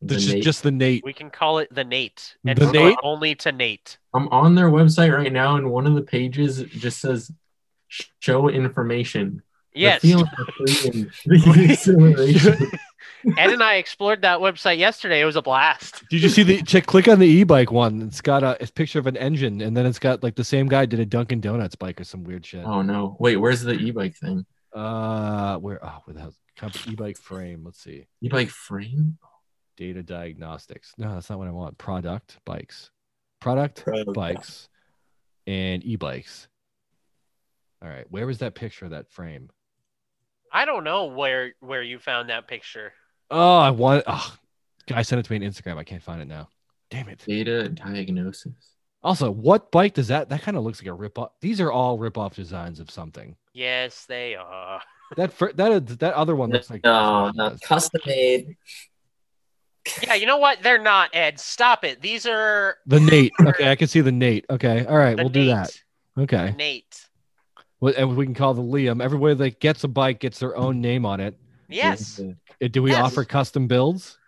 C: That's
E: The
C: just,
E: Nate.
C: just the Nate.
B: We can call it the Nate. And
C: The
B: we're going
C: Nate?
B: only to Nate.
E: I'm on their website right now, and one of the pages just says show information. The
B: Yes.
E: feeling for freedom, the exhilaration.
B: Ed and I explored that website yesterday. It was a blast.
C: Did you see the check? Click on the e-bike one. It's got a, it's a picture of an engine, and then it's got like the same guy did a Dunkin' Donuts bike or some weird shit.
E: oh no. Wait, where's the e-bike thing?
C: Uh, where? Oh, where the hell's comp- e-bike frame? Let's see.
E: E-bike frame?
C: Data diagnostics. No, that's not what I want. Product bikes, product
D: Pro-
C: bikes, and e-bikes. All right, where was that picture of that frame?
B: I don't know where where you found that picture.
C: Oh, I want. Oh, guy sent it to me on Instagram. I can't find it now. Damn it.
E: Data diagnosis.
C: Also, what bike does that? That kind of looks like a rip off. These are all rip off designs of something.
B: Yes, they are.
C: That fir- that that other one looks like
D: No, no, custom made.
B: Yeah, you know what? They're not, Ed. Stop it. These are
C: the Nate. Okay, I can see the Nate. Okay, all right,
B: the
C: we'll do that.
B: Nate.
C: Okay,
B: Nate.
C: well, and we can call the Liam. Everybody that gets a bike gets their own name on it.
B: Yes.
C: Uh, Do we
B: Yes.
C: offer custom builds?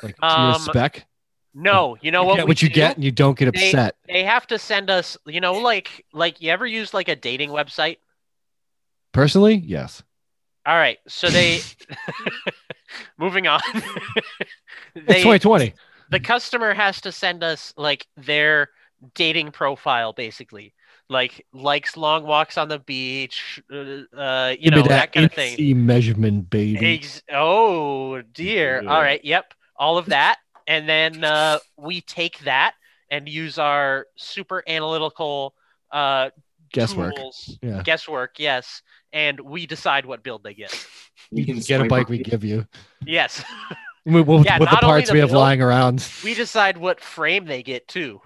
C: Like to your
B: Um,
C: spec,
B: No, you know
C: you
B: what?
C: get
B: we
C: what you
B: do?
C: get, and you don't get
B: They-
C: upset.
B: They have to send us, you know, like like you ever use like a dating website?
C: Personally, yes.
B: All right. So they moving on.
C: It's
B: they,
C: 2020.
B: the customer has to send us like their dating profile basically. Like likes long walks on the beach, uh, uh, you
C: Give
B: know,
C: me
B: that, kind of thing.
C: AC measurement, baby.
B: Ex- oh dear.
C: Yeah.
B: All right. Yep. All of that, and then uh, we take that and use our super analytical uh,
C: Guesswork.
B: tools-
C: Yeah.
B: Guesswork. Yes. And we decide what build they get.
E: You can
C: get a
E: swipe
C: bike
E: up.
C: we give you.
B: Yes.
C: We- With,
B: Yeah,
C: with the
B: not only
C: parts
B: the
C: we have
B: build-
C: lying around.
B: We decide what frame they get too.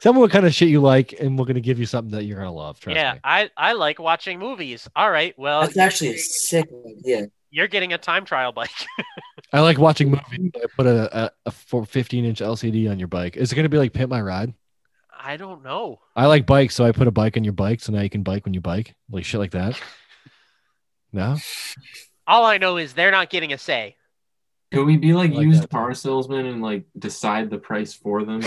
C: Tell me what kind of shit you like, and we're gonna give you something that you're gonna love. Trust
B: yeah,
C: me.
B: I, I like watching movies. All right, well,
D: That's actually a sick idea.
B: you're getting a time trial bike.
C: I like watching movies. I put a, a, a four- 15 inch LCD on your bike. Is it gonna be like Pimp My Ride?
B: I don't know.
C: I like bikes, so I put a bike on your bike, so now you can bike when you bike, like shit like that. No,
B: All I know is they're not getting a say.
E: Could we be like,
C: I like
E: used
C: that.
E: car salesmen and like decide the price for them?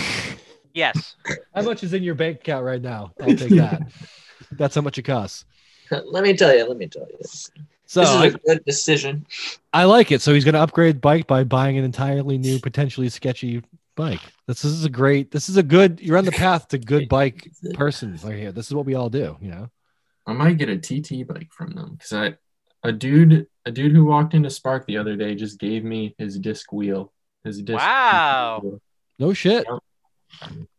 B: Yes.
C: how much is in your bank account right now? I'll take that. That's how much it costs.
D: let me tell you. Let me tell you. This
C: So
D: is
C: I
D: a good decision.
C: I like it. So he's going to upgrade bike by buying an entirely new, potentially sketchy bike. This, this is a great. This is a good. You're on the path to good bike persons right here. This is what we all do. You know.
E: I might get a TT bike from them because I a dude a dude who walked into Spark the other day just gave me his disc wheel. His disc
B: Wow.
E: wheel.
C: No shit.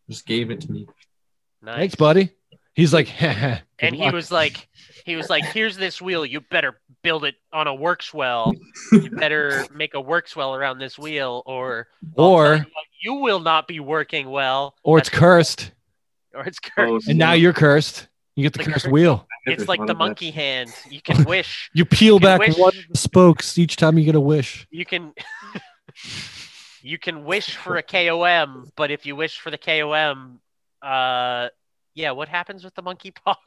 E: just gave it to me.
B: Nice.
C: Thanks, buddy. He's like, heh, heh, good
B: and he
C: luck.
B: was like he was like here's this wheel you better build it on a works well you better make a works well around this wheel or I'll tell
C: or
B: you, what, you will not be working well
C: or it's
B: That's-
C: cursed,
B: or it's cursed
E: Oh,
C: and now
E: no.
C: you're cursed. You get the,
B: The
C: cursed
B: cursed-
C: wheel.
B: it's like
E: One
B: the
E: of that.
B: monkey hand you can wish
C: You peel
B: You
C: back
B: wish-
C: one of the spokes each time you get a wish.
B: you can you can wish for a KOM but if you wish for the KOM uh yeah what happens with the monkey paw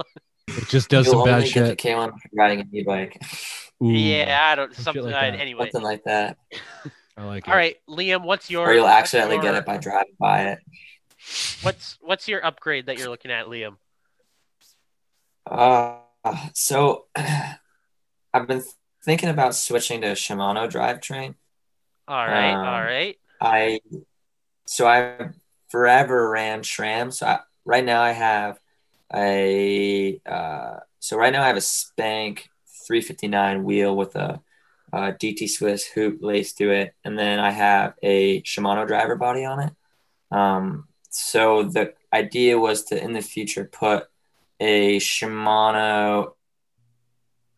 C: It just does some
D: You'll
C: bad
D: only get the
C: shit.
D: K1 if you're riding an e-bike,
C: Ooh,
B: yeah I don't
C: Some shit
B: something
C: like
B: I-
C: that.
B: anyway
D: something like that,
C: I like it.
B: all right Liam what's your
D: or you'll
B: what's
D: accidentally get
B: your-
D: it by driving by it.
B: what's what's your upgrade that you're looking at Liam
D: Uh, so I've been thinking about switching to Shimano drivetrain.
B: all right
D: Um,
B: all right
D: I so I forever ran SRAM. So I, right now I have a uh, so right now I have a Spank 359 wheel with a, uh DT Swiss hoop laced through it, and then I have a Shimano driver body on it. Um, so the idea was to in the future put a Shimano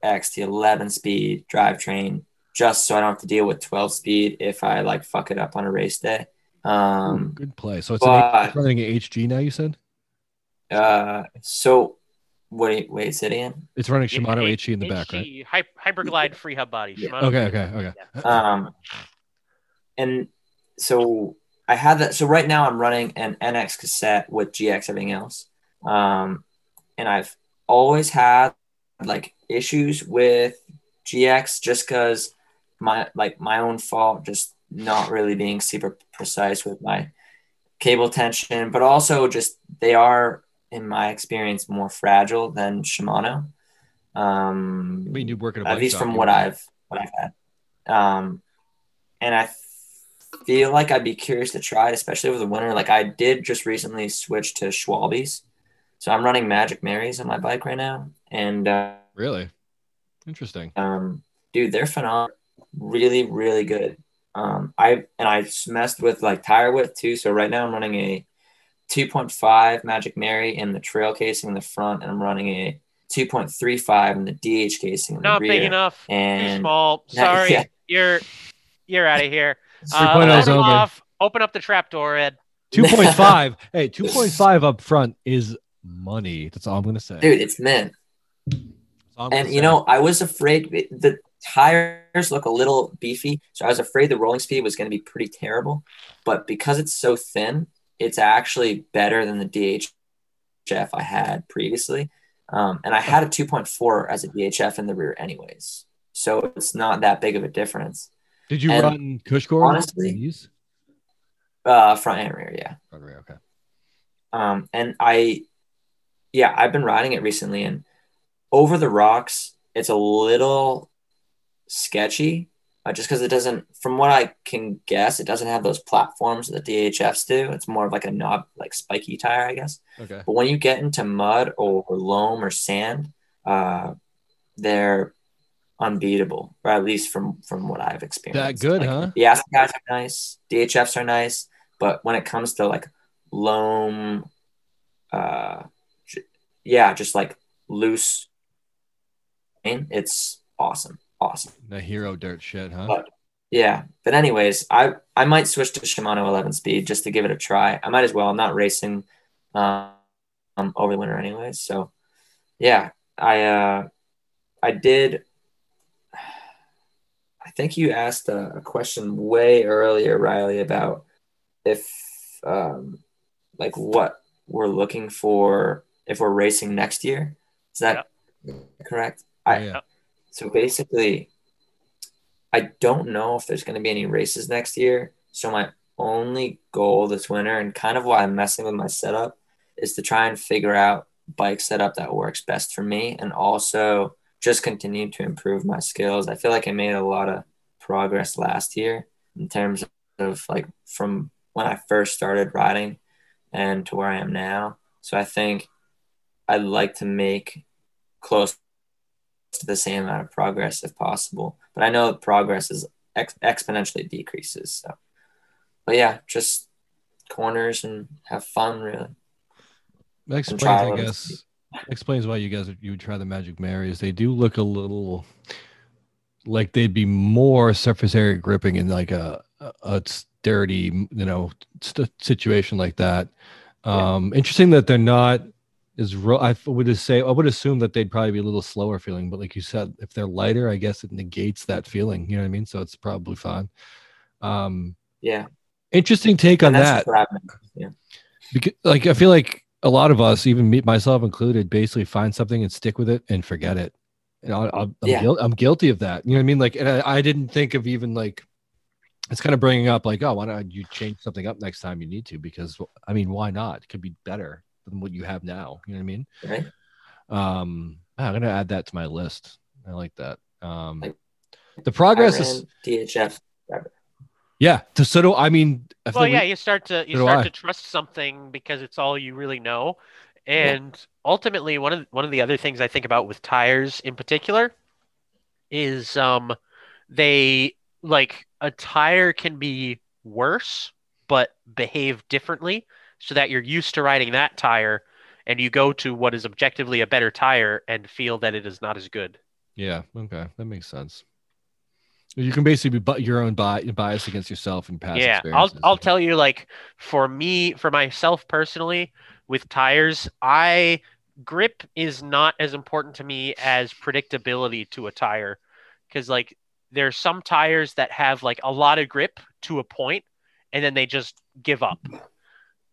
D: X the 11 speed drivetrain just so I don't have to deal with 12 speed if I like fuck it up on a race day. Um,
C: Good play. So it's, an,
D: but-
C: it's running an HG now. You said
D: uh, so wait, wait, sit in.
C: it's running
B: Yeah,
C: Shimano
B: H-
C: HG in the back, right?
B: HG, Hy- Hyperglide free hub body.
D: Yeah.
B: Shimano.
C: Okay, okay, okay.
D: Um, and so I had that. So right now I'm running an NX cassette with GX everything else. Um, and I've always had like issues with GX just because my like my own fault, just not really being super precise with my cable tension, but also just they are, in my experience, more fragile than Shimano. Um,
C: I mean, you work at a
D: at
C: bike
D: least
C: shop,
D: from
C: you
D: what
C: know.
D: I've what I've had. Um, and I feel like I'd be curious to try it, especially over the winter. Like I did just recently switch to Schwalbe's, so I'm running Magic Marys on my bike right now, and uh,
C: Really interesting.
D: um, dude, they're phenomenal, really, really good. Um, I and I s- messed with like tire width too. So right now I'm running a 2.5 Magic Mary in the trail casing in the front, and I'm running a 2.35 in the DH casing in the
B: Not
D: rear.
B: big enough. Too
D: And
B: small.
D: Yeah,
B: Sorry,
D: yeah.
B: you're you're out of here. Uh,
C: 3.0
B: let
C: is
B: him
C: over.
B: off. Open up the trap door, Ed.
C: Two point five. hey, two point five up front is money. That's all I'm gonna say.
D: dude, it's mint.
C: That's all I'm
D: And
C: gonna
D: you
C: say.
D: know, I was afraid the tires look a little beefy, so I was afraid the rolling speed was going to be pretty terrible. But because it's so thin, it's actually better than the DHF I had previously. Um, and I had a 2.4 as a DHF in the rear, anyways, so it's not that big of a difference.
C: did you
D: and
C: run Cushcore? on
D: honestly-
C: these?
D: Uh, front and rear, yeah.
C: Oh, right, Okay.
D: um, and I, yeah, I've been riding it recently, and over the rocks, it's a little sketchy, uh, just because it doesn't. From what I can guess, it doesn't have those platforms that the DHFs do. It's more of like a knob, like spiky tire, I guess.
C: Okay.
D: But when you get into mud or, loam or sand, uh, they're unbeatable, or at least from from what I've
C: That
D: experienced.
C: good,
D: Like,
C: huh?
D: the acid guys are nice. DHFs are nice, but when it comes to like loam, uh, j- yeah, just like loose, and it's awesome, awesome.
C: The hero dirt shit, huh?
D: But Yeah, but anyways, I I might switch to Shimano 11 speed just to give it a try. I might as well. I'm not racing um, um, over the winter anyways, so yeah, I uh, I did. I think you asked a, a question way earlier, Riley, about if um, like what we're looking for if we're racing next year. Is that correct?
C: Oh,
D: I-
C: yeah.
D: So basically, I don't know if there's going to be any races next year. So my only goal this winter, and kind of why I'm messing with my setup, is to try and figure out bike setup that works best for me, and also just continue to improve my skills. I feel like I made a lot of progress last year in terms of like from when I first started riding and to where I am now. So I think I'd like to make close to the same amount of progress if possible. But I know progress is ex- exponentially decreases. So, but yeah, just corners and have fun, really.
C: That explains,
D: try
C: I
D: them.
C: guess, explains why you guys you would try the Magic Marys. They do look a little like they'd be more surface area gripping in like a a- a dirty, you know, st- situation like that.
D: Yeah.
C: Um, interesting that they're not as ro- I f- would just say I would assume that they'd probably be a little slower feeling, but like you said, if they're lighter, I guess it negates that feeling. You know what I mean? So it's probably fine. Um,
D: Yeah,
C: interesting take on
D: and
C: that
D: that's what I've been-
C: because like i feel like a lot of us even me myself included basically find something and stick with it and forget it and I, I'm, I'm,
D: Yeah.
C: guil- I'm guilty of that you know what i mean like and I, I didn't think of even like it's kind of bringing up like oh why don't you change something up next time you need to because i mean why not it could be better than what you have now you know what i mean
D: right?
C: um i'm gonna add that to my list i like that um
D: Like,
C: the progress is
D: Iran, DHF.
C: yeah to so do, i mean I
B: well,
C: think we-
B: yeah, you start to you
C: So do
B: start
C: I.
B: to trust something because it's all you really know.
D: Yeah.
B: And ultimately, one of one of the other things I think about with tires in particular is um they like a tire can be worse but behave differently so that you're used to riding that tire and you go to what is objectively a better tire and feel that it is not as good.
C: Yeah. Okay. That makes sense. You can basically be bu- your own bi- bias against yourself and past
B: yeah i'll
C: experiences.
B: i'll tell you like for me for myself personally with tires i grip is not as important to me as predictability to a tire because like there's some tires that have like a lot of grip to a point and then they just give up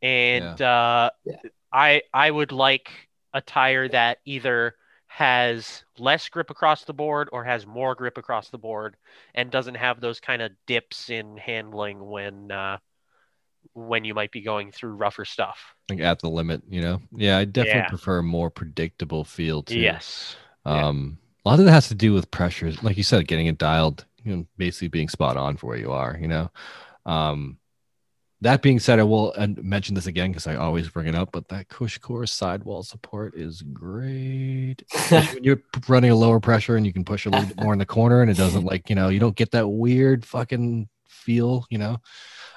B: and uh
D: Yeah.
B: i i would like a tire that either has less grip across the board or has more grip across the board and doesn't have those kind of dips in handling when uh, when you might be going through rougher stuff.
C: Like at the limit, you know? Yeah. I definitely
B: Yeah.
C: prefer a more predictable feel to.
B: Yes. yeah.
C: Um, A lot of that has to do with pressures. Like you said, getting it dialed, you know, basically being spot on for where you are, you know? Um, that being said, I will uh, mention this again because I always bring it up, but that Cushcore sidewall support is great. especially when you're p- running a lower pressure and you can push a little bit more in the corner and it doesn't like you know you don't get that weird fucking feel you know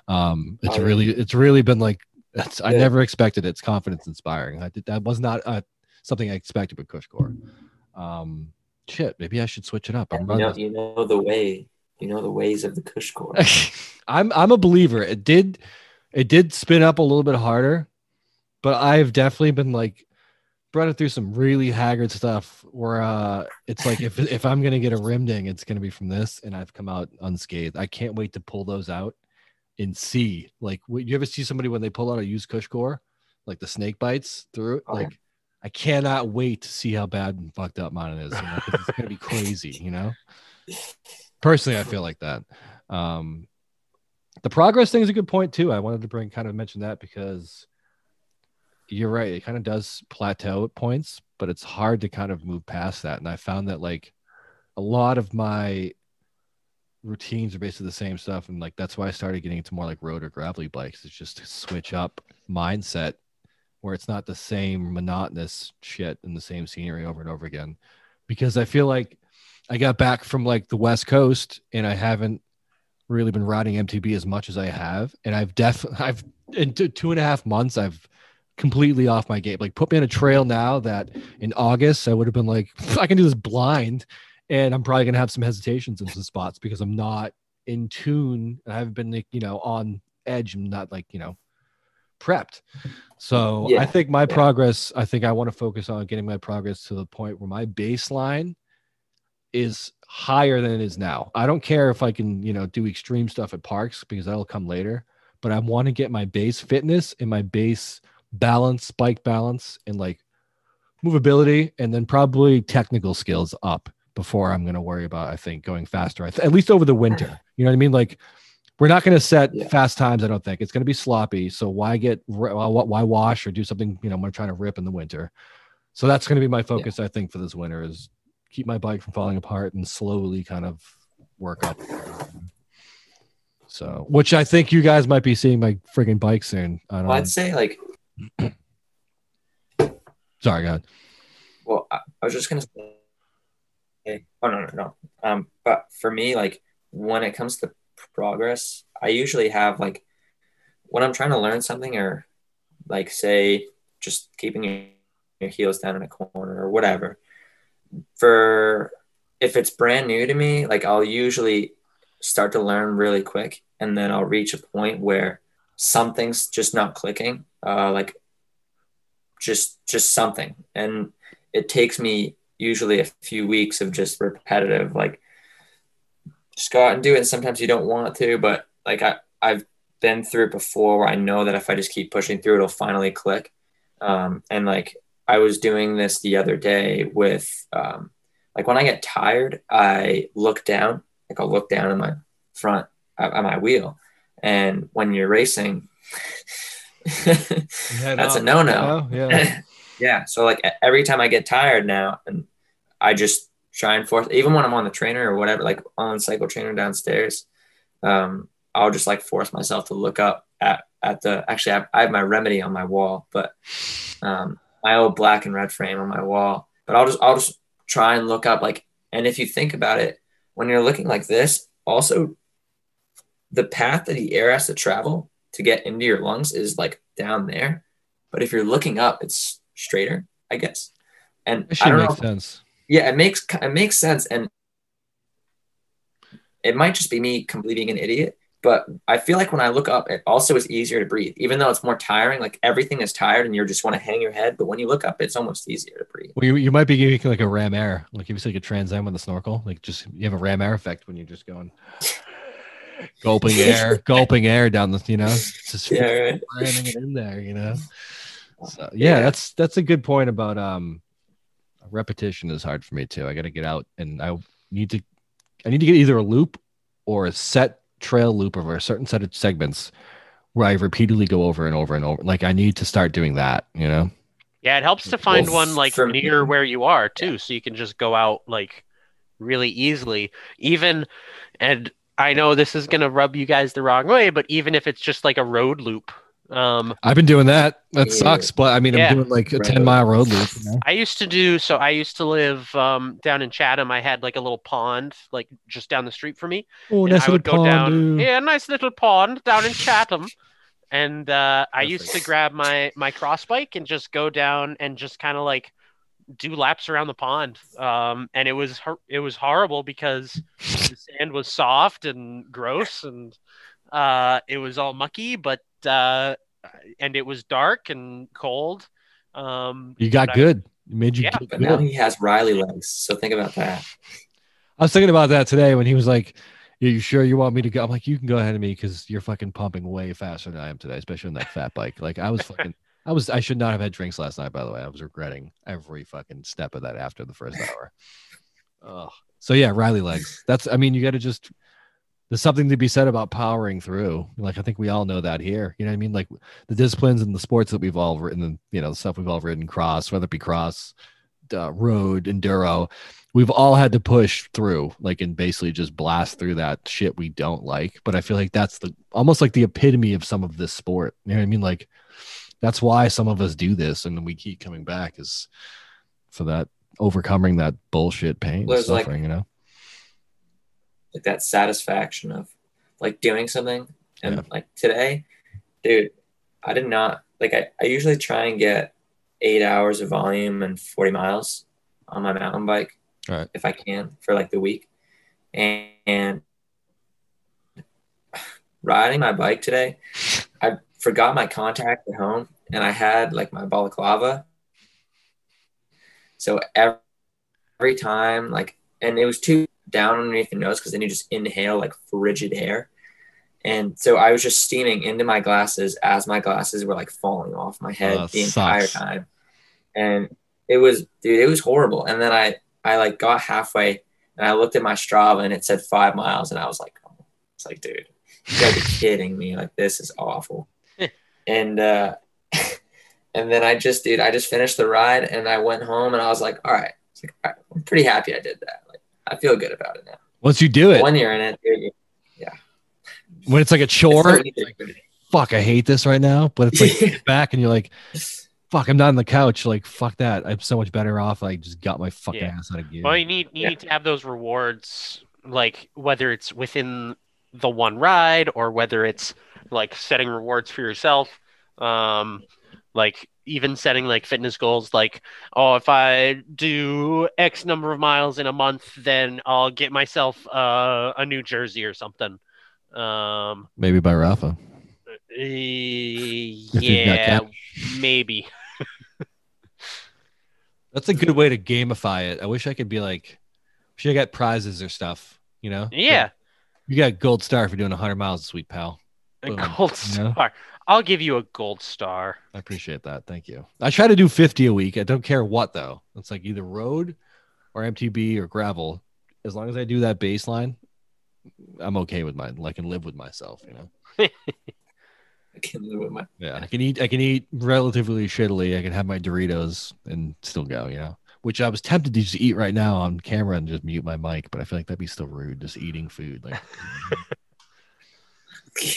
C: um it's
D: Oh, yeah.
C: really it's really been like that's, i
D: Yeah.
C: never expected it. it's confidence inspiring I did, that was not uh, something i expected with kushcore um shit maybe i should switch it up i'm
D: And you,
C: running
D: know, you know the way. You know the ways of the Kush Corps.
C: I'm I'm a believer. It did it did spin up a little bit harder, but I've definitely been like brought it through some really haggard stuff where uh it's like if if I'm gonna get a rim ding, it's gonna be from this, and I've come out unscathed. I can't wait to pull those out and see. Like wh- you ever see somebody when they pull out a used cush core, like the snake bites through it?
D: Oh, yeah.
C: Like I cannot wait to see how bad and fucked up mine is. you know, 'cause it's gonna be crazy, you know. Personally, I feel like that. Um, the progress thing is a good point too. I wanted to bring kind of mention that because you're right. It kind of does plateau at points, but it's hard to kind of move past that. And I found that like a lot of my routines are basically the same stuff, and like that's why I started getting into more like road or gravelly bikes. It's just to switch up mindset where it's not the same monotonous shit and the same scenery over and over again. Because I feel like I got back from like the West Coast and I haven't really been riding MTB as much as I have. And I've def I've in two, two and a half months I've completely off my game. Like put me on a trail now that in August I would have been like, I can do this blind. And I'm probably gonna have some hesitations in some spots because I'm not in tune and I haven't been like, you know, on edge and not like, you know, prepped. So
D: Yeah,
C: I think my
D: yeah.
C: progress, I think I want to focus on getting my progress to the point where my baseline is higher than it is now. I don't care if I can, you know, do extreme stuff at parks because that'll come later, but I want to get my base fitness and my base balance, spike balance, and like movability, and then probably technical skills up before I'm going to worry about, I think, going faster, I th- at least over the winter. You know what I mean? Like, we're not going to set
D: Yeah.
C: fast times. I don't think it's going to be sloppy. So why get why why wash or do something? You know, when I'm trying to rip in the winter. So that's going to be my focus. I think for this winter is keep my bike from falling apart and slowly kind of work up. So, which I think you guys might be seeing my friggin' bike soon. I don't.
D: Well, I'd say like
C: Sorry, God.
D: Well, I, I was just gonna say, okay. oh no, no, no. Um, but for me, like when it comes to progress, I usually have like when I'm trying to learn something, or like say just keeping your, your heels down in a corner or whatever. For if it's brand new to me, like I'll usually start to learn really quick, and then I'll reach a point where something's just not clicking. Uh, like just just something and it takes me usually a few weeks of just repetitive like just go out and do it and sometimes you don't want to but like I, i've been through it before where i know that if i just keep pushing through it'll finally click um, and like i was doing this the other day with um, like when i get tired i look down like i'll look down at my front uh, at at my wheel and when you're racing that's a no-no
C: Oh, yeah.
D: yeah. So like e- every time I get tired now, and I just try and force, even when I'm on the trainer or whatever, like on the cycle trainer downstairs, um, I'll just like force myself to look up at at the. Actually, I have, I have my remedy on my wall, but um, my old black and red frame on my wall. But I'll just I'll just try and look up like. And if you think about it, when you're looking like this, also the path that the air has to travel to get into your lungs is like down there. But if you're looking up, it's straighter, I guess. And
C: It
D: I
C: should
D: don't know
C: make
D: if-
C: sense.
D: yeah, it makes it makes sense, and it might just be me completely being an idiot. But I feel like when I look up, it also is easier to breathe, even though it's more tiring. Like everything is tired, and you just want to hang your head. But when you look up, it's almost easier to breathe.
C: Well, you, you might be giving like a ram air, like if you take a trans am on the snorkel, like just you have a ram air effect when you're just going gulping air, gulping air down the, you know, just
D: Yeah, right.
C: ramming it in there, you know. So, yeah,
D: Yeah.
C: that's that's a good point about um repetition is hard for me too. I got to get out and I need to I need to get either a loop or a set trail loop over a certain set of segments where I repeatedly go over and over and over. Like I need to start doing that, you know.
B: Yeah, it helps to find
D: Well,
B: one like
D: for me-
B: near where you are too, so you can just go out like really easily. Even and I know this is gonna rub you guys the wrong way, but even if it's just like a road loop. Um,
C: I've been doing that. That
D: Yeah.
C: sucks, but I mean,
B: Yeah.
C: I'm doing like a
D: Right.
C: 10 mile road loop. You know?
B: I used to do so. I used to live um, down in Chatham. I had like a little pond, like just down the street from me,
C: Oh,
B: and I would go down. Yeah, nice little pond down in Chatham. And uh, I used to
D: Perfect.
B: grab my my cross bike and just go down and just kind of like do laps around the pond. Um, and it was hor- it was horrible because the sand was soft and gross and uh, it was all mucky, but uh, and it was dark and cold. Um,
C: You got
B: but I-
C: good. You made you
B: Yeah,
C: get
D: But
C: good.
D: now he has Riley legs, so think about that.
C: I was thinking about that today when he was like, Are you sure you want me to go? I'm like, You can go ahead of me because you're fucking pumping way faster than I am today, especially on that fat bike. Like, I was fucking, I was, I should not have had drinks last night, by the way. I was regretting every fucking step of that after the first hour. Ugh. So, yeah, Riley legs. That's, I mean, you got to just, there's something to be said about powering through. Like, I think we all know that here. You know what I mean? Like, the disciplines and the sports that we've all written, and you know, the stuff we've all ridden cross, whether it be cross, uh, road, enduro, we've all had to push through like and basically just blast through that shit we don't like but i feel like that's the almost like the epitome of some of this sport you know what i mean like that's why some of us do this and then we keep coming back is for that overcoming that bullshit pain and
D: Well, it's like-
C: suffering you know
D: like that satisfaction of like doing something and
C: Yeah.
D: like today dude i did not like I, I usually try and get eight hours of volume and 40 miles on my mountain bike
C: Right.
D: if i can for like the week and, and riding my bike today, I forgot my contacts at home and I had like my balaclava. So every, every time, like, and it was too down underneath your nose because then you just inhale like frigid air. And so I was just steaming into my glasses as my glasses were like falling off my head
C: Oh, that
D: the entire
C: sucks.
D: time. And it was, dude, it was horrible. And then I, I like got halfway and I looked at my Strava and it said five miles. And I was like, oh. it's like, dude, you gotta be kidding me. Like, this is awful. and, uh, and then I just, dude, I just finished the ride and I went home and I was like, all right, It's like, all right I'm pretty happy I did that. Like, I feel good about it now.
C: Once you do it,
D: One year in it, dude,
C: when it's like a
D: it's
C: chore,
D: so easy.
C: fuck, I hate this right now. But it's like you get back and you're like, fuck, I'm not on the couch. Like, fuck that. I'm so much better off. I just got my fucking
B: Yeah.
C: ass out of gear.
B: Well, you need you need to have those rewards, like whether it's within the one ride or whether it's like setting rewards for yourself. Um, like even setting like fitness goals, like oh, if I do X number of miles in a month, then I'll get myself uh, a new jersey or something. Um,
C: Maybe by Rafa.
B: eh,
C: got
B: yeah, maybe.
C: That's a good way to gamify it. I wish I could be like, should I get prizes or stuff? You know?
B: Yeah,
C: You got gold star for doing 100 miles this week, pal.
B: a
C: boom,
B: gold
C: you know?
B: star. I'll give you a gold star.
C: I appreciate that. Thank you. I try to do 50 a week. I don't care what though. It's like either road or MTB or gravel. As long as I do that baseline, I'm okay with mine. I can live with myself, you know.
D: I can live with my
C: Yeah. I can eat I can eat relatively shittily. I can have my Doritos and still go, you know. Which I was tempted to just eat right now on camera and just mute my mic, but I feel like that'd be still rude just eating food.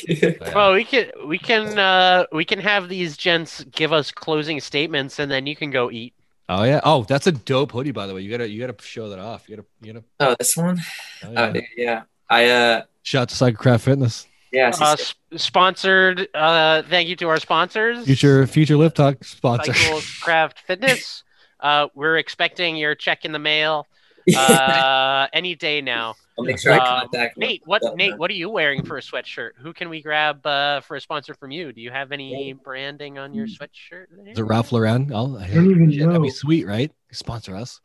C: Like yeah.
B: Well, we can we can uh we can have these gents give us closing statements and then you can go eat.
C: Oh yeah. Oh, that's a dope hoodie, by the way. You gotta you gotta show that off. You gotta you gotta
D: oh, this one?
C: oh,
D: Oh,
C: yeah.
D: dude, yeah. I, uh,
C: shout out to Psychocraft Fitness.
D: yeah. it's
B: Uh,
D: just-
B: s- sponsored uh thank you to our sponsors.
C: Future future lift talk sponsor.
B: Cycle Craft Fitness. Uh we're expecting your check in the mail uh any day now.
D: I'll make sure I
B: Um,
D: contact
B: Nate, what Nate, what are you wearing for a sweatshirt? Who can we grab uh for a sponsor from you? Do you have any branding on your sweatshirt? there?
C: Is it Ralph Lauren? Oh, I
E: don't even
C: shit, that'd be
E: know.
C: sweet, right? Sponsor us.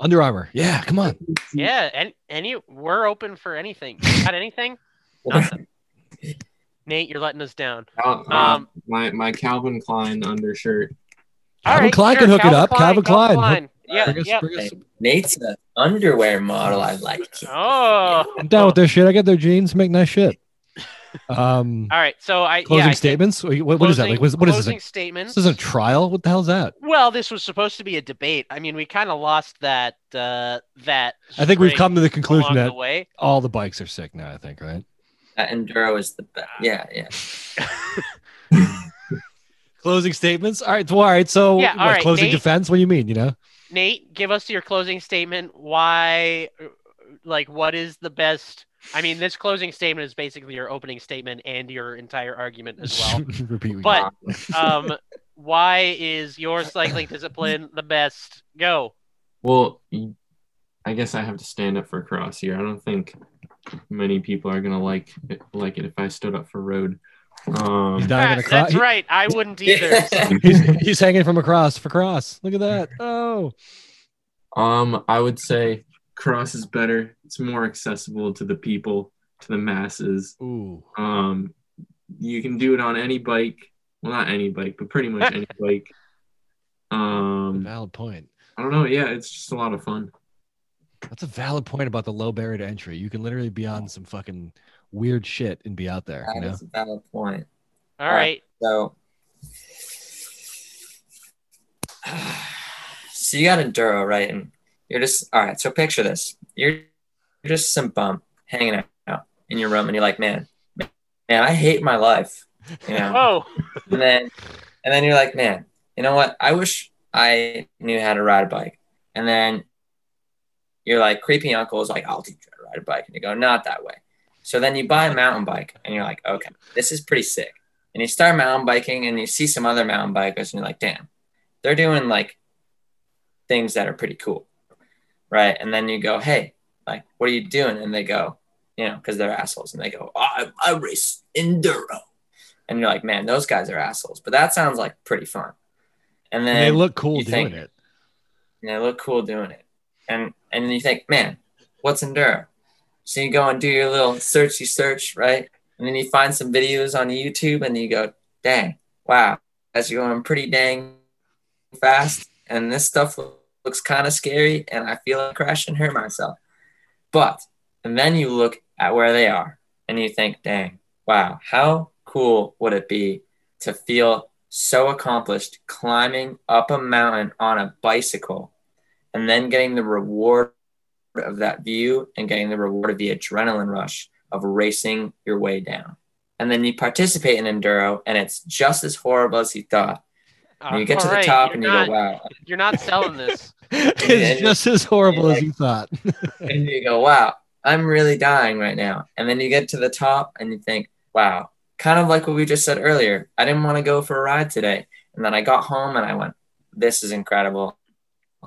C: Under Armour. Yeah, come on.
B: Yeah, and any we're open for anything. You Got anything? Nothing. Nate, you're letting us down.
E: Uh, uh,
B: Um,
E: my my Calvin Klein undershirt.
C: Calvin
B: Alright,
C: Klein can hook it up. Calvin Klein.
B: Yeah,
C: Bring us-
B: yeah.
C: bring us-
D: Nate's an underwear model. I like.
B: Oh.
C: I'm down with their shit. I got their jeans. Make nice shit. Um,
B: All right. So I
C: closing
B: yeah, I think
C: statements. Wait, what- what is that? Like, what, what is this?
B: closing
C: Like,
B: statements.
C: this is a trial. What the hell's that?
B: well, this was supposed to be a debate. I mean, we kind of lost that. Uh, that.
C: I think we've
B: string
C: come to the conclusion
B: along
C: that
B: the way.
C: all the bikes are sick now. I think, right?
D: That enduro is the best. Yeah, yeah.
C: Closing statements. All right. so- All right. So,
B: Yeah, all
C: what,
B: right,
C: closing
B: Nate.
C: defense. What do you mean? You know,
B: Nate, give us your closing statement. Why, like, what is the best? I mean, this closing statement is basically your opening statement and your entire argument as well.
C: Repeat. what you-
B: But um, why is your cycling discipline the best? Go.
E: Well, y- I guess I have to stand up for cross here. I don't think many people are gonna like it, like it if I stood up for road.
C: he's
E: Um,
C: not gonna
B: Ah,
C: cry.
B: That's right. I wouldn't either.
C: He's, he's hanging from across for cross. Look at that. Oh.
E: um, I would say cross is better. It's more accessible to the people, to the masses.
C: Ooh.
E: Um, you can do it on any bike. Well, not any bike, but pretty much any bike.
C: That's a
E: Um,
C: valid point.
E: I don't know. Yeah, it's just a lot of fun.
C: That's a valid point about the low barrier to entry. You can literally be on some fucking weird shit and be out there. You
D: That
C: know?
D: is a valid point.
B: All right.
D: So, so you got enduro, right? And you're just all right. So picture this: you're you're just some bum hanging out in your room, and you're like, man, man, I hate my life. You know.
B: Oh,
D: and then and then you're like, man, you know what? I wish I knew how to ride a bike. And then you're like, creepy uncle is like, I'll teach you how to ride a bike. And you go, not that way. So then you buy a mountain bike and you're like, okay, this is pretty sick. And you start mountain biking and you see some other mountain bikers and you're like, damn, they're doing like things that are pretty cool. Right. And then you go, hey, like, what are you doing? And they go, you know, because they're assholes and they go, "Oh, I, I race enduro. And you're like, man, those guys are assholes. But that sounds like pretty fun. And then
C: And they look cool
D: you
C: doing
D: think-
C: it.
D: and they look cool doing it. And and then you think, man, what's enduro? So you go and do your little searchy search, right? And then you find some videos on YouTube, and you go, dang, wow, that's going pretty dang fast, and this stuff lo- looks kind of scary, and I feel like crash and hurt myself. But and then you look at where they are, and you think, dang, wow, how cool would it be to feel so accomplished climbing up a mountain on a bicycle and then getting the reward of that view and getting the reward of the adrenaline rush of racing your way down. And then you participate in enduro and it's just as horrible as you thought. And you get to the
B: Alright,
D: top
B: you're
D: and you
B: not,
D: go, wow.
B: You're not selling this.
C: it's just as horrible as you thought.
D: and you go, wow, I'm really dying right now. And then you get to the top and you think, wow, kind of like what we just said earlier. I didn't want to go for a ride today. And then I got home and I went, this is incredible.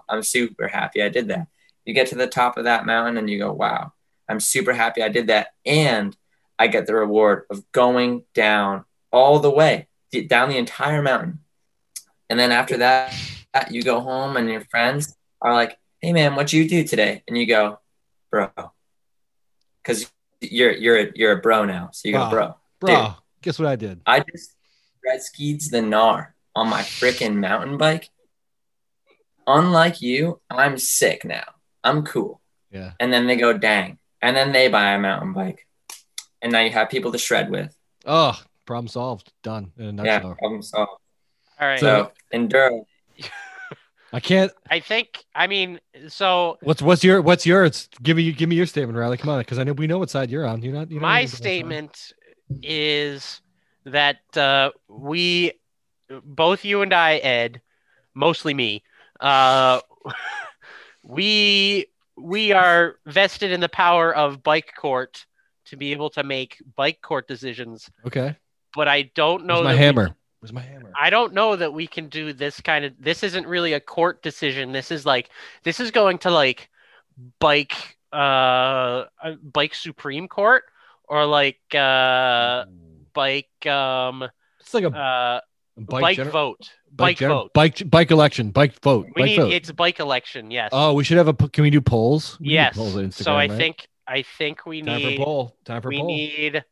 D: I'm super happy I did that. You get to the top of that mountain and you go, wow, I'm super happy I did that. And I get the reward of going down all the way, d- down the entire mountain. And then after that, you go home and your friends are like, hey man, what'd you do today? And you go, bro. Because you're you're a, you're a bro now, so you go,
C: Wow.
D: bro.
C: Bro, guess what I did?
D: I just red skied the gnar on my freaking mountain bike. Unlike you, I'm sick now. I'm cool.
C: Yeah.
D: And then they go, dang. And then they buy a mountain bike, and now you have people to shred with.
C: Oh, problem solved. Done in a
D: yeah,
C: nutshell.
D: problem solved.
B: All right.
D: So enduro.
C: I can't.
B: I think. I mean, so
C: What's what's your what's yours? Give me give me your statement, Riley. Come on, because I know we know what side you're on. You're not. You don't need
B: my
C: to go on.
B: statement is that uh, we, both you and I, Ed, mostly me, uh, we we are vested in the power of bike court to be able to make bike court decisions.
C: Okay.
B: But I don't know
C: Where's my
B: that we
C: hammer? Where's my hammer?
B: I don't know that we can do this kind of this isn't really a court decision. This is like this is going to like bike uh uh, bike supreme court or like uh bike um
C: it's like a
B: uh bike,
C: gener-
B: vote. Bike,
C: bike gener-
B: vote.
C: bike bike election bike vote.
B: we
C: bike
B: need
C: vote.
B: it's bike election, yes.
C: Oh, we should have a. p- Can we do polls? We can do
B: yes.
C: polls on
B: so I
C: Instagram, right?
B: think I think we
C: time
B: need
C: for poll. Time for
B: we
C: poll.
B: need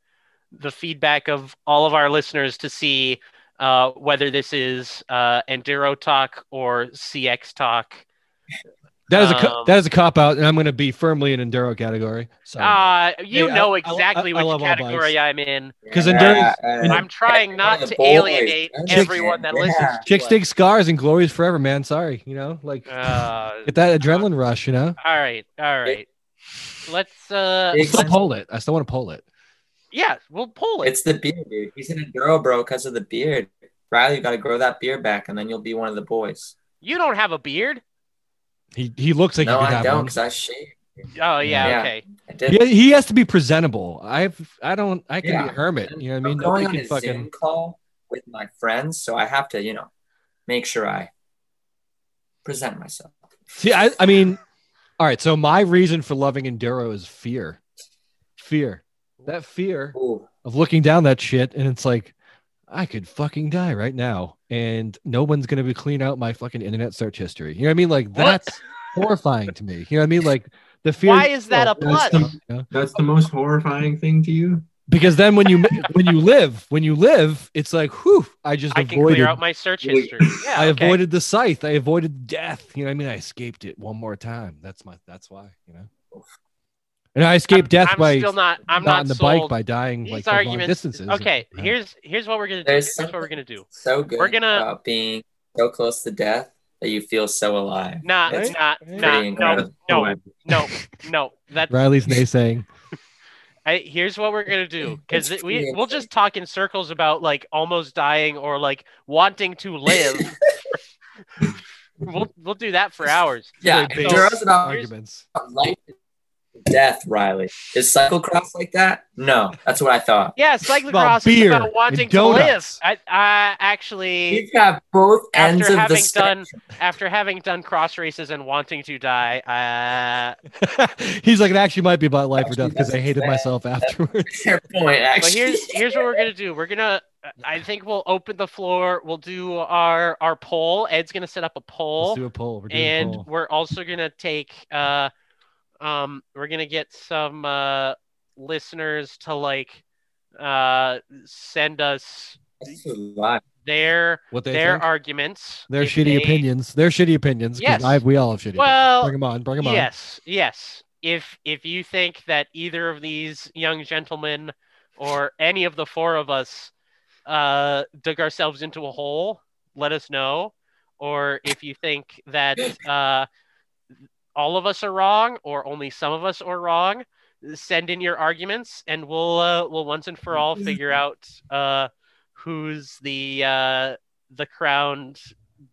B: the feedback of all of our listeners to see uh, whether this is uh, enduro talk or CX talk.
C: that is a co-
B: um,
C: that is a cop out, and I'm going to be firmly in enduro category. So
B: Uh, you
C: Hey, I-
B: know
C: I- I-
B: exactly
C: I
B: which
C: love all
B: category I'm in.
C: 'Cause enduro's-
D: Yeah, uh,
B: I'm trying not
D: the
B: to
D: boys,
B: alienate
D: that's it,
B: everyone that
D: yeah.
B: listens.
C: chicks
B: to us.
C: dig scars and glories forever, man. Sorry, you know, like
B: Uh,
C: get that adrenaline rush, you know.
B: all right, all right. Let's. uh
C: I still
D: Exactly.
C: poll it. I still want to poll it.
B: Yeah, we'll pull it.
D: It's the beard, dude. He's an enduro bro because of the beard. Riley, you got to grow that beard back, and then you'll be one of the boys.
B: You don't have a beard.
C: He he looks like
D: no,
C: he could
D: I
C: have
D: don't,
C: one.
D: because I shaved.
B: Oh yeah,
D: Yeah.
B: okay.
D: I did.
C: He, he has to be presentable. I've I don't I can be
D: Yeah.
C: a hermit. You know what I mean?
D: I'm going
C: Nobody
D: on
C: can
D: a Zoom
C: fucking.
D: call with my friends, so I have to, you know, make sure I present myself.
C: See, I I mean, all right. So my reason for loving enduro is fear, fear. That fear
D: Ooh,
C: of looking down that shit and it's like I could fucking die right now and no one's gonna be clean out my fucking internet search history. You know what I mean? Like
B: What?
C: that's horrifying to me. You know what I mean? Like the fear. Oh,
B: Why is that a
E: That's
B: plus?
E: the,
C: you know?
E: that's the most horrifying thing to you.
C: Because then when you when you live when you live, it's like whew, I just
B: I can
C: avoided.
B: clear out my search
E: Wait.
B: history. Yeah,
C: I
B: okay.
C: avoided the scythe. I avoided death. You know what I mean? I escaped it one more time. That's my. That's why. You know. And I escaped death
B: I'm
C: by
B: still not. I'm
C: not on the
B: sold.
C: bike by dying
B: These
C: like for long
B: arguments.
C: distances.
B: Okay, here's here's what we're gonna do.
D: There's
B: Here's what we're gonna do.
D: so good.
B: We're gonna-
D: about being so close to death that you feel so alive.
B: Nah,
D: That's
B: nah,
C: pretty
B: nah. No,
D: incredible.
E: Oh,
B: no, no, no. That's
C: Riley's naysaying.
B: I, here's what we're gonna do because
D: It's
B: we
D: pretty
B: we'll just talk in circles about like almost dying or like wanting to live. we'll we'll do that for hours.
D: Yeah,
C: Like,
B: so
D: enduro's about
C: arguments.
D: life death, Riley. Is cyclocross like that? No, that's what I thought.
B: Yeah, cyclocross is
C: beer
B: about wanting
C: and
B: to live.
C: donuts.
B: I, I actually,
D: You've got both ends
B: after
D: of the
B: having
D: spectrum.
B: done after having done cross races and wanting to die, uh,
C: He's like, it actually might be about life or
D: Actually,
C: death because I
D: that's
C: hated
D: bad.
C: myself afterwards.
D: Fair point, actually.
B: but here's here's what we're gonna do. We're gonna. I think we'll open the floor. We'll do our our poll. Ed's gonna set up a poll.
C: Let's do a poll. We're doing
B: and
C: a poll.
B: we're also gonna take uh um we're gonna get some uh listeners to like uh send us
D: This is live.
B: their
C: What they
B: their
C: think?
B: arguments
C: their
B: if
C: shitty
B: they-
C: opinions. Their shitty opinions. 'cause
B: Yes.
C: I, we all have shitty.
B: Well,
C: opinions. bring them on. Bring them on.
B: yes yes if if you think that either of these young gentlemen or any of the four of us uh dug ourselves into a hole let us know or if you think that uh all of us are wrong or only some of us are wrong send in your arguments and we'll uh, we'll once and for all figure out uh who's the uh the crowned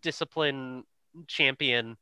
B: discipline champion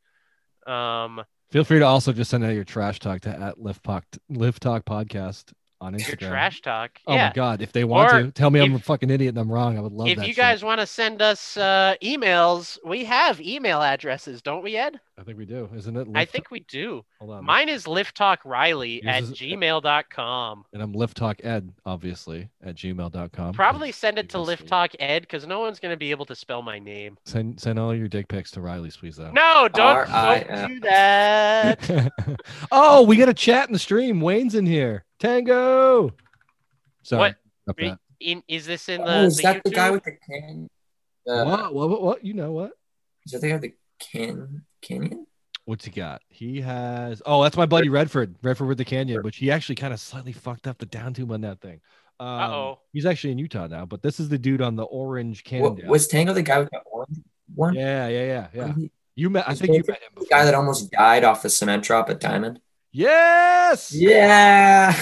B: um
C: Feel free to also just send out your trash talk to at Lift Talk Lift Talk Podcast on Instagram.
B: your trash talk.
C: Oh
B: yeah.
C: my god! If they want
B: Or
C: to tell me I'm a
B: if-
C: fucking idiot and I'm wrong, I would love
B: If
C: that.
B: you
C: shit.
B: guys want to send us uh, emails, we have email addresses, don't we, Ed?
C: I think we do, isn't it?
B: I
C: Lift-
B: think we do.
C: Hold on.
B: Mine is lifttalkriley at
C: Yours is-
B: gmail.com.
C: and I'm Lift Talk Ed, obviously at gmail.com.
B: Probably send it to
C: Yes, we-
B: lifttalked because no one's going to be able to spell my name.
C: Send send all your dick pics to Riley's, please. Though.
B: No, don't,
D: R.I.F..
B: don't do that.
C: oh, we got a chat in the stream. Wayne's in here. Tango. Sorry.
B: What?
C: What?
B: Re- In, is this in the,
D: Oh, is
B: the
D: that the guy
B: YouTube?
D: with the cannon? Uh,
C: What, what? What? What? You know what?
D: Is that the guy with the can canyon?
C: What's he got? He has. Oh, that's my buddy Redford. Redford with the Canyon, which he actually kind of slightly fucked up the down tube on that thing. Um,
B: Uh-oh.
C: He's actually in Utah now, but this is the dude on the orange canyon.
D: What, was Tango the guy with the orange one?
C: yeah, yeah, yeah, yeah.
D: He-
C: You met. I
D: Is
C: think you
D: Redford
C: met him
D: The
C: before.
D: guy that almost died off the cement drop at Diamond.
C: Yes.
D: Yeah.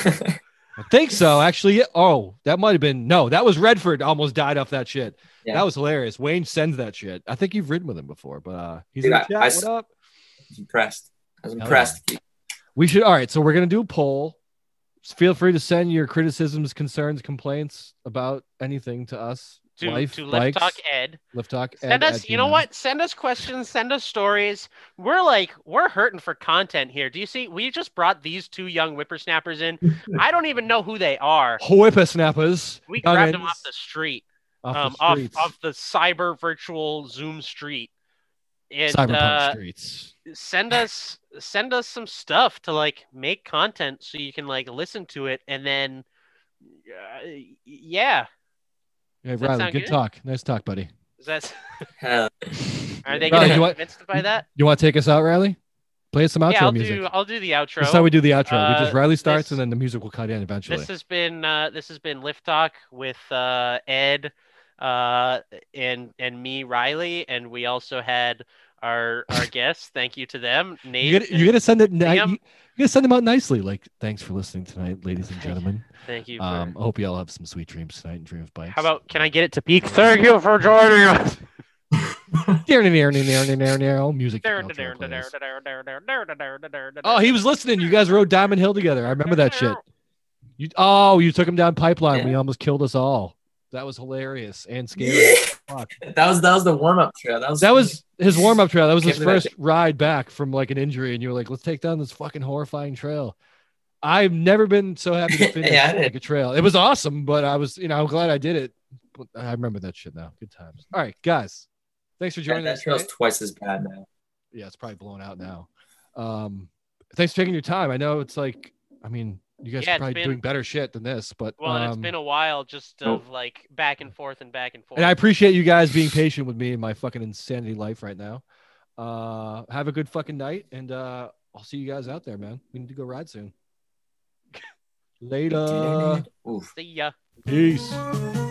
C: I think so. Actually, yeah. oh, that might have been no. That was Redford. Almost died off that shit.
D: Yeah.
C: That was hilarious. Wayne sends that shit. I think you've ridden with him before, but uh, he's
D: Dude,
C: in
D: I-
C: the chat.
D: I
C: what
D: s-
C: up?
D: I was impressed. I was
C: Hell
D: impressed.
C: We should. All right. So we're gonna do a poll. Feel free to send your criticisms, concerns, complaints about anything to us.
B: To,
C: Life,
B: to
C: bikes,
B: lifttalked ed.
C: Lift Talk.
B: Send
C: at-
B: us,
C: at
B: you know
C: gmail.
B: what? Send us questions, send us stories. We're like, we're hurting for content here. Do you see? We just brought these two young whippersnappers in. I don't even know who they are.
C: Whippersnappers.
B: We
C: Youngins.
B: grabbed them off the street, um,
C: off the
B: off,
C: streets.
B: off the cyber virtual Zoom street. And
C: Cyberpunk
B: uh,
C: streets.
B: send us send us some stuff to like make content so you can like listen to it and then uh, yeah.
C: Hey,
B: that
C: Riley,
B: sound
C: good
B: good?
C: talk. Nice talk, buddy.
B: Is that
D: Hell,
B: are they
C: Riley,
B: gonna
C: you
B: be
C: want-
B: convinced by that?
C: You want to take us out, Riley? Play us some outro
B: yeah, I'll
C: music.
B: do I'll do the outro.
C: That's how we do the outro. we just
B: Uh,
C: Riley starts
B: this-
C: and then the music will cut in eventually.
B: This has been uh, this has been Lift Talk with uh, Ed uh, and and me Riley, and we also had our our guests. Thank you to them, Nate.
C: you gotta, you gotta send it. Ni-
B: Damn.
C: you gotta send them out nicely. Like, thanks for listening tonight, ladies and gentlemen.
B: Thank you. For,
C: Um, I hope you all have some sweet dreams tonight and dream of bikes.
B: how about can I get it to peak? Thank you for joining us.
C: music? outro plays. Oh, he was listening. You guys rode Diamond Hill together. I remember that shit. You, oh, you took him down pipeline. We almost killed us all. That was hilarious and scary. Fuck.
D: that was that was the warm up trail. That was
C: That was his warm up trail. That was
D: Can't
C: his
D: believe I
C: first ride back from like an injury, and you were like, "Let's take down this fucking horrifying trail." I've never been so happy to finish
D: Yeah, I did.
C: like a trail. It was awesome, but I was, you know, I'm glad I did it. But I remember that shit now. Good times. All right, guys, thanks for
D: that,
C: joining
D: that
C: us.
D: trail's
C: tonight.
D: twice as bad now.
C: Yeah, it's probably blown out now. Um, thanks for taking your time. I know it's like, I mean, you guys
B: Yeah,
C: are
B: it's
C: probably
B: been-
C: doing better shit than this, but
B: Well, and it's
C: um,
B: been a while, just
E: Nope.
B: of like back and forth and back oh. and forth.
C: And I appreciate you guys being patient with me in my fucking insanity life right now. Uh, have a good fucking night, and uh, I'll see you guys out there, man. We need to go ride soon. Later.
D: Oof.
B: See ya.
C: Peace.
D: Peace.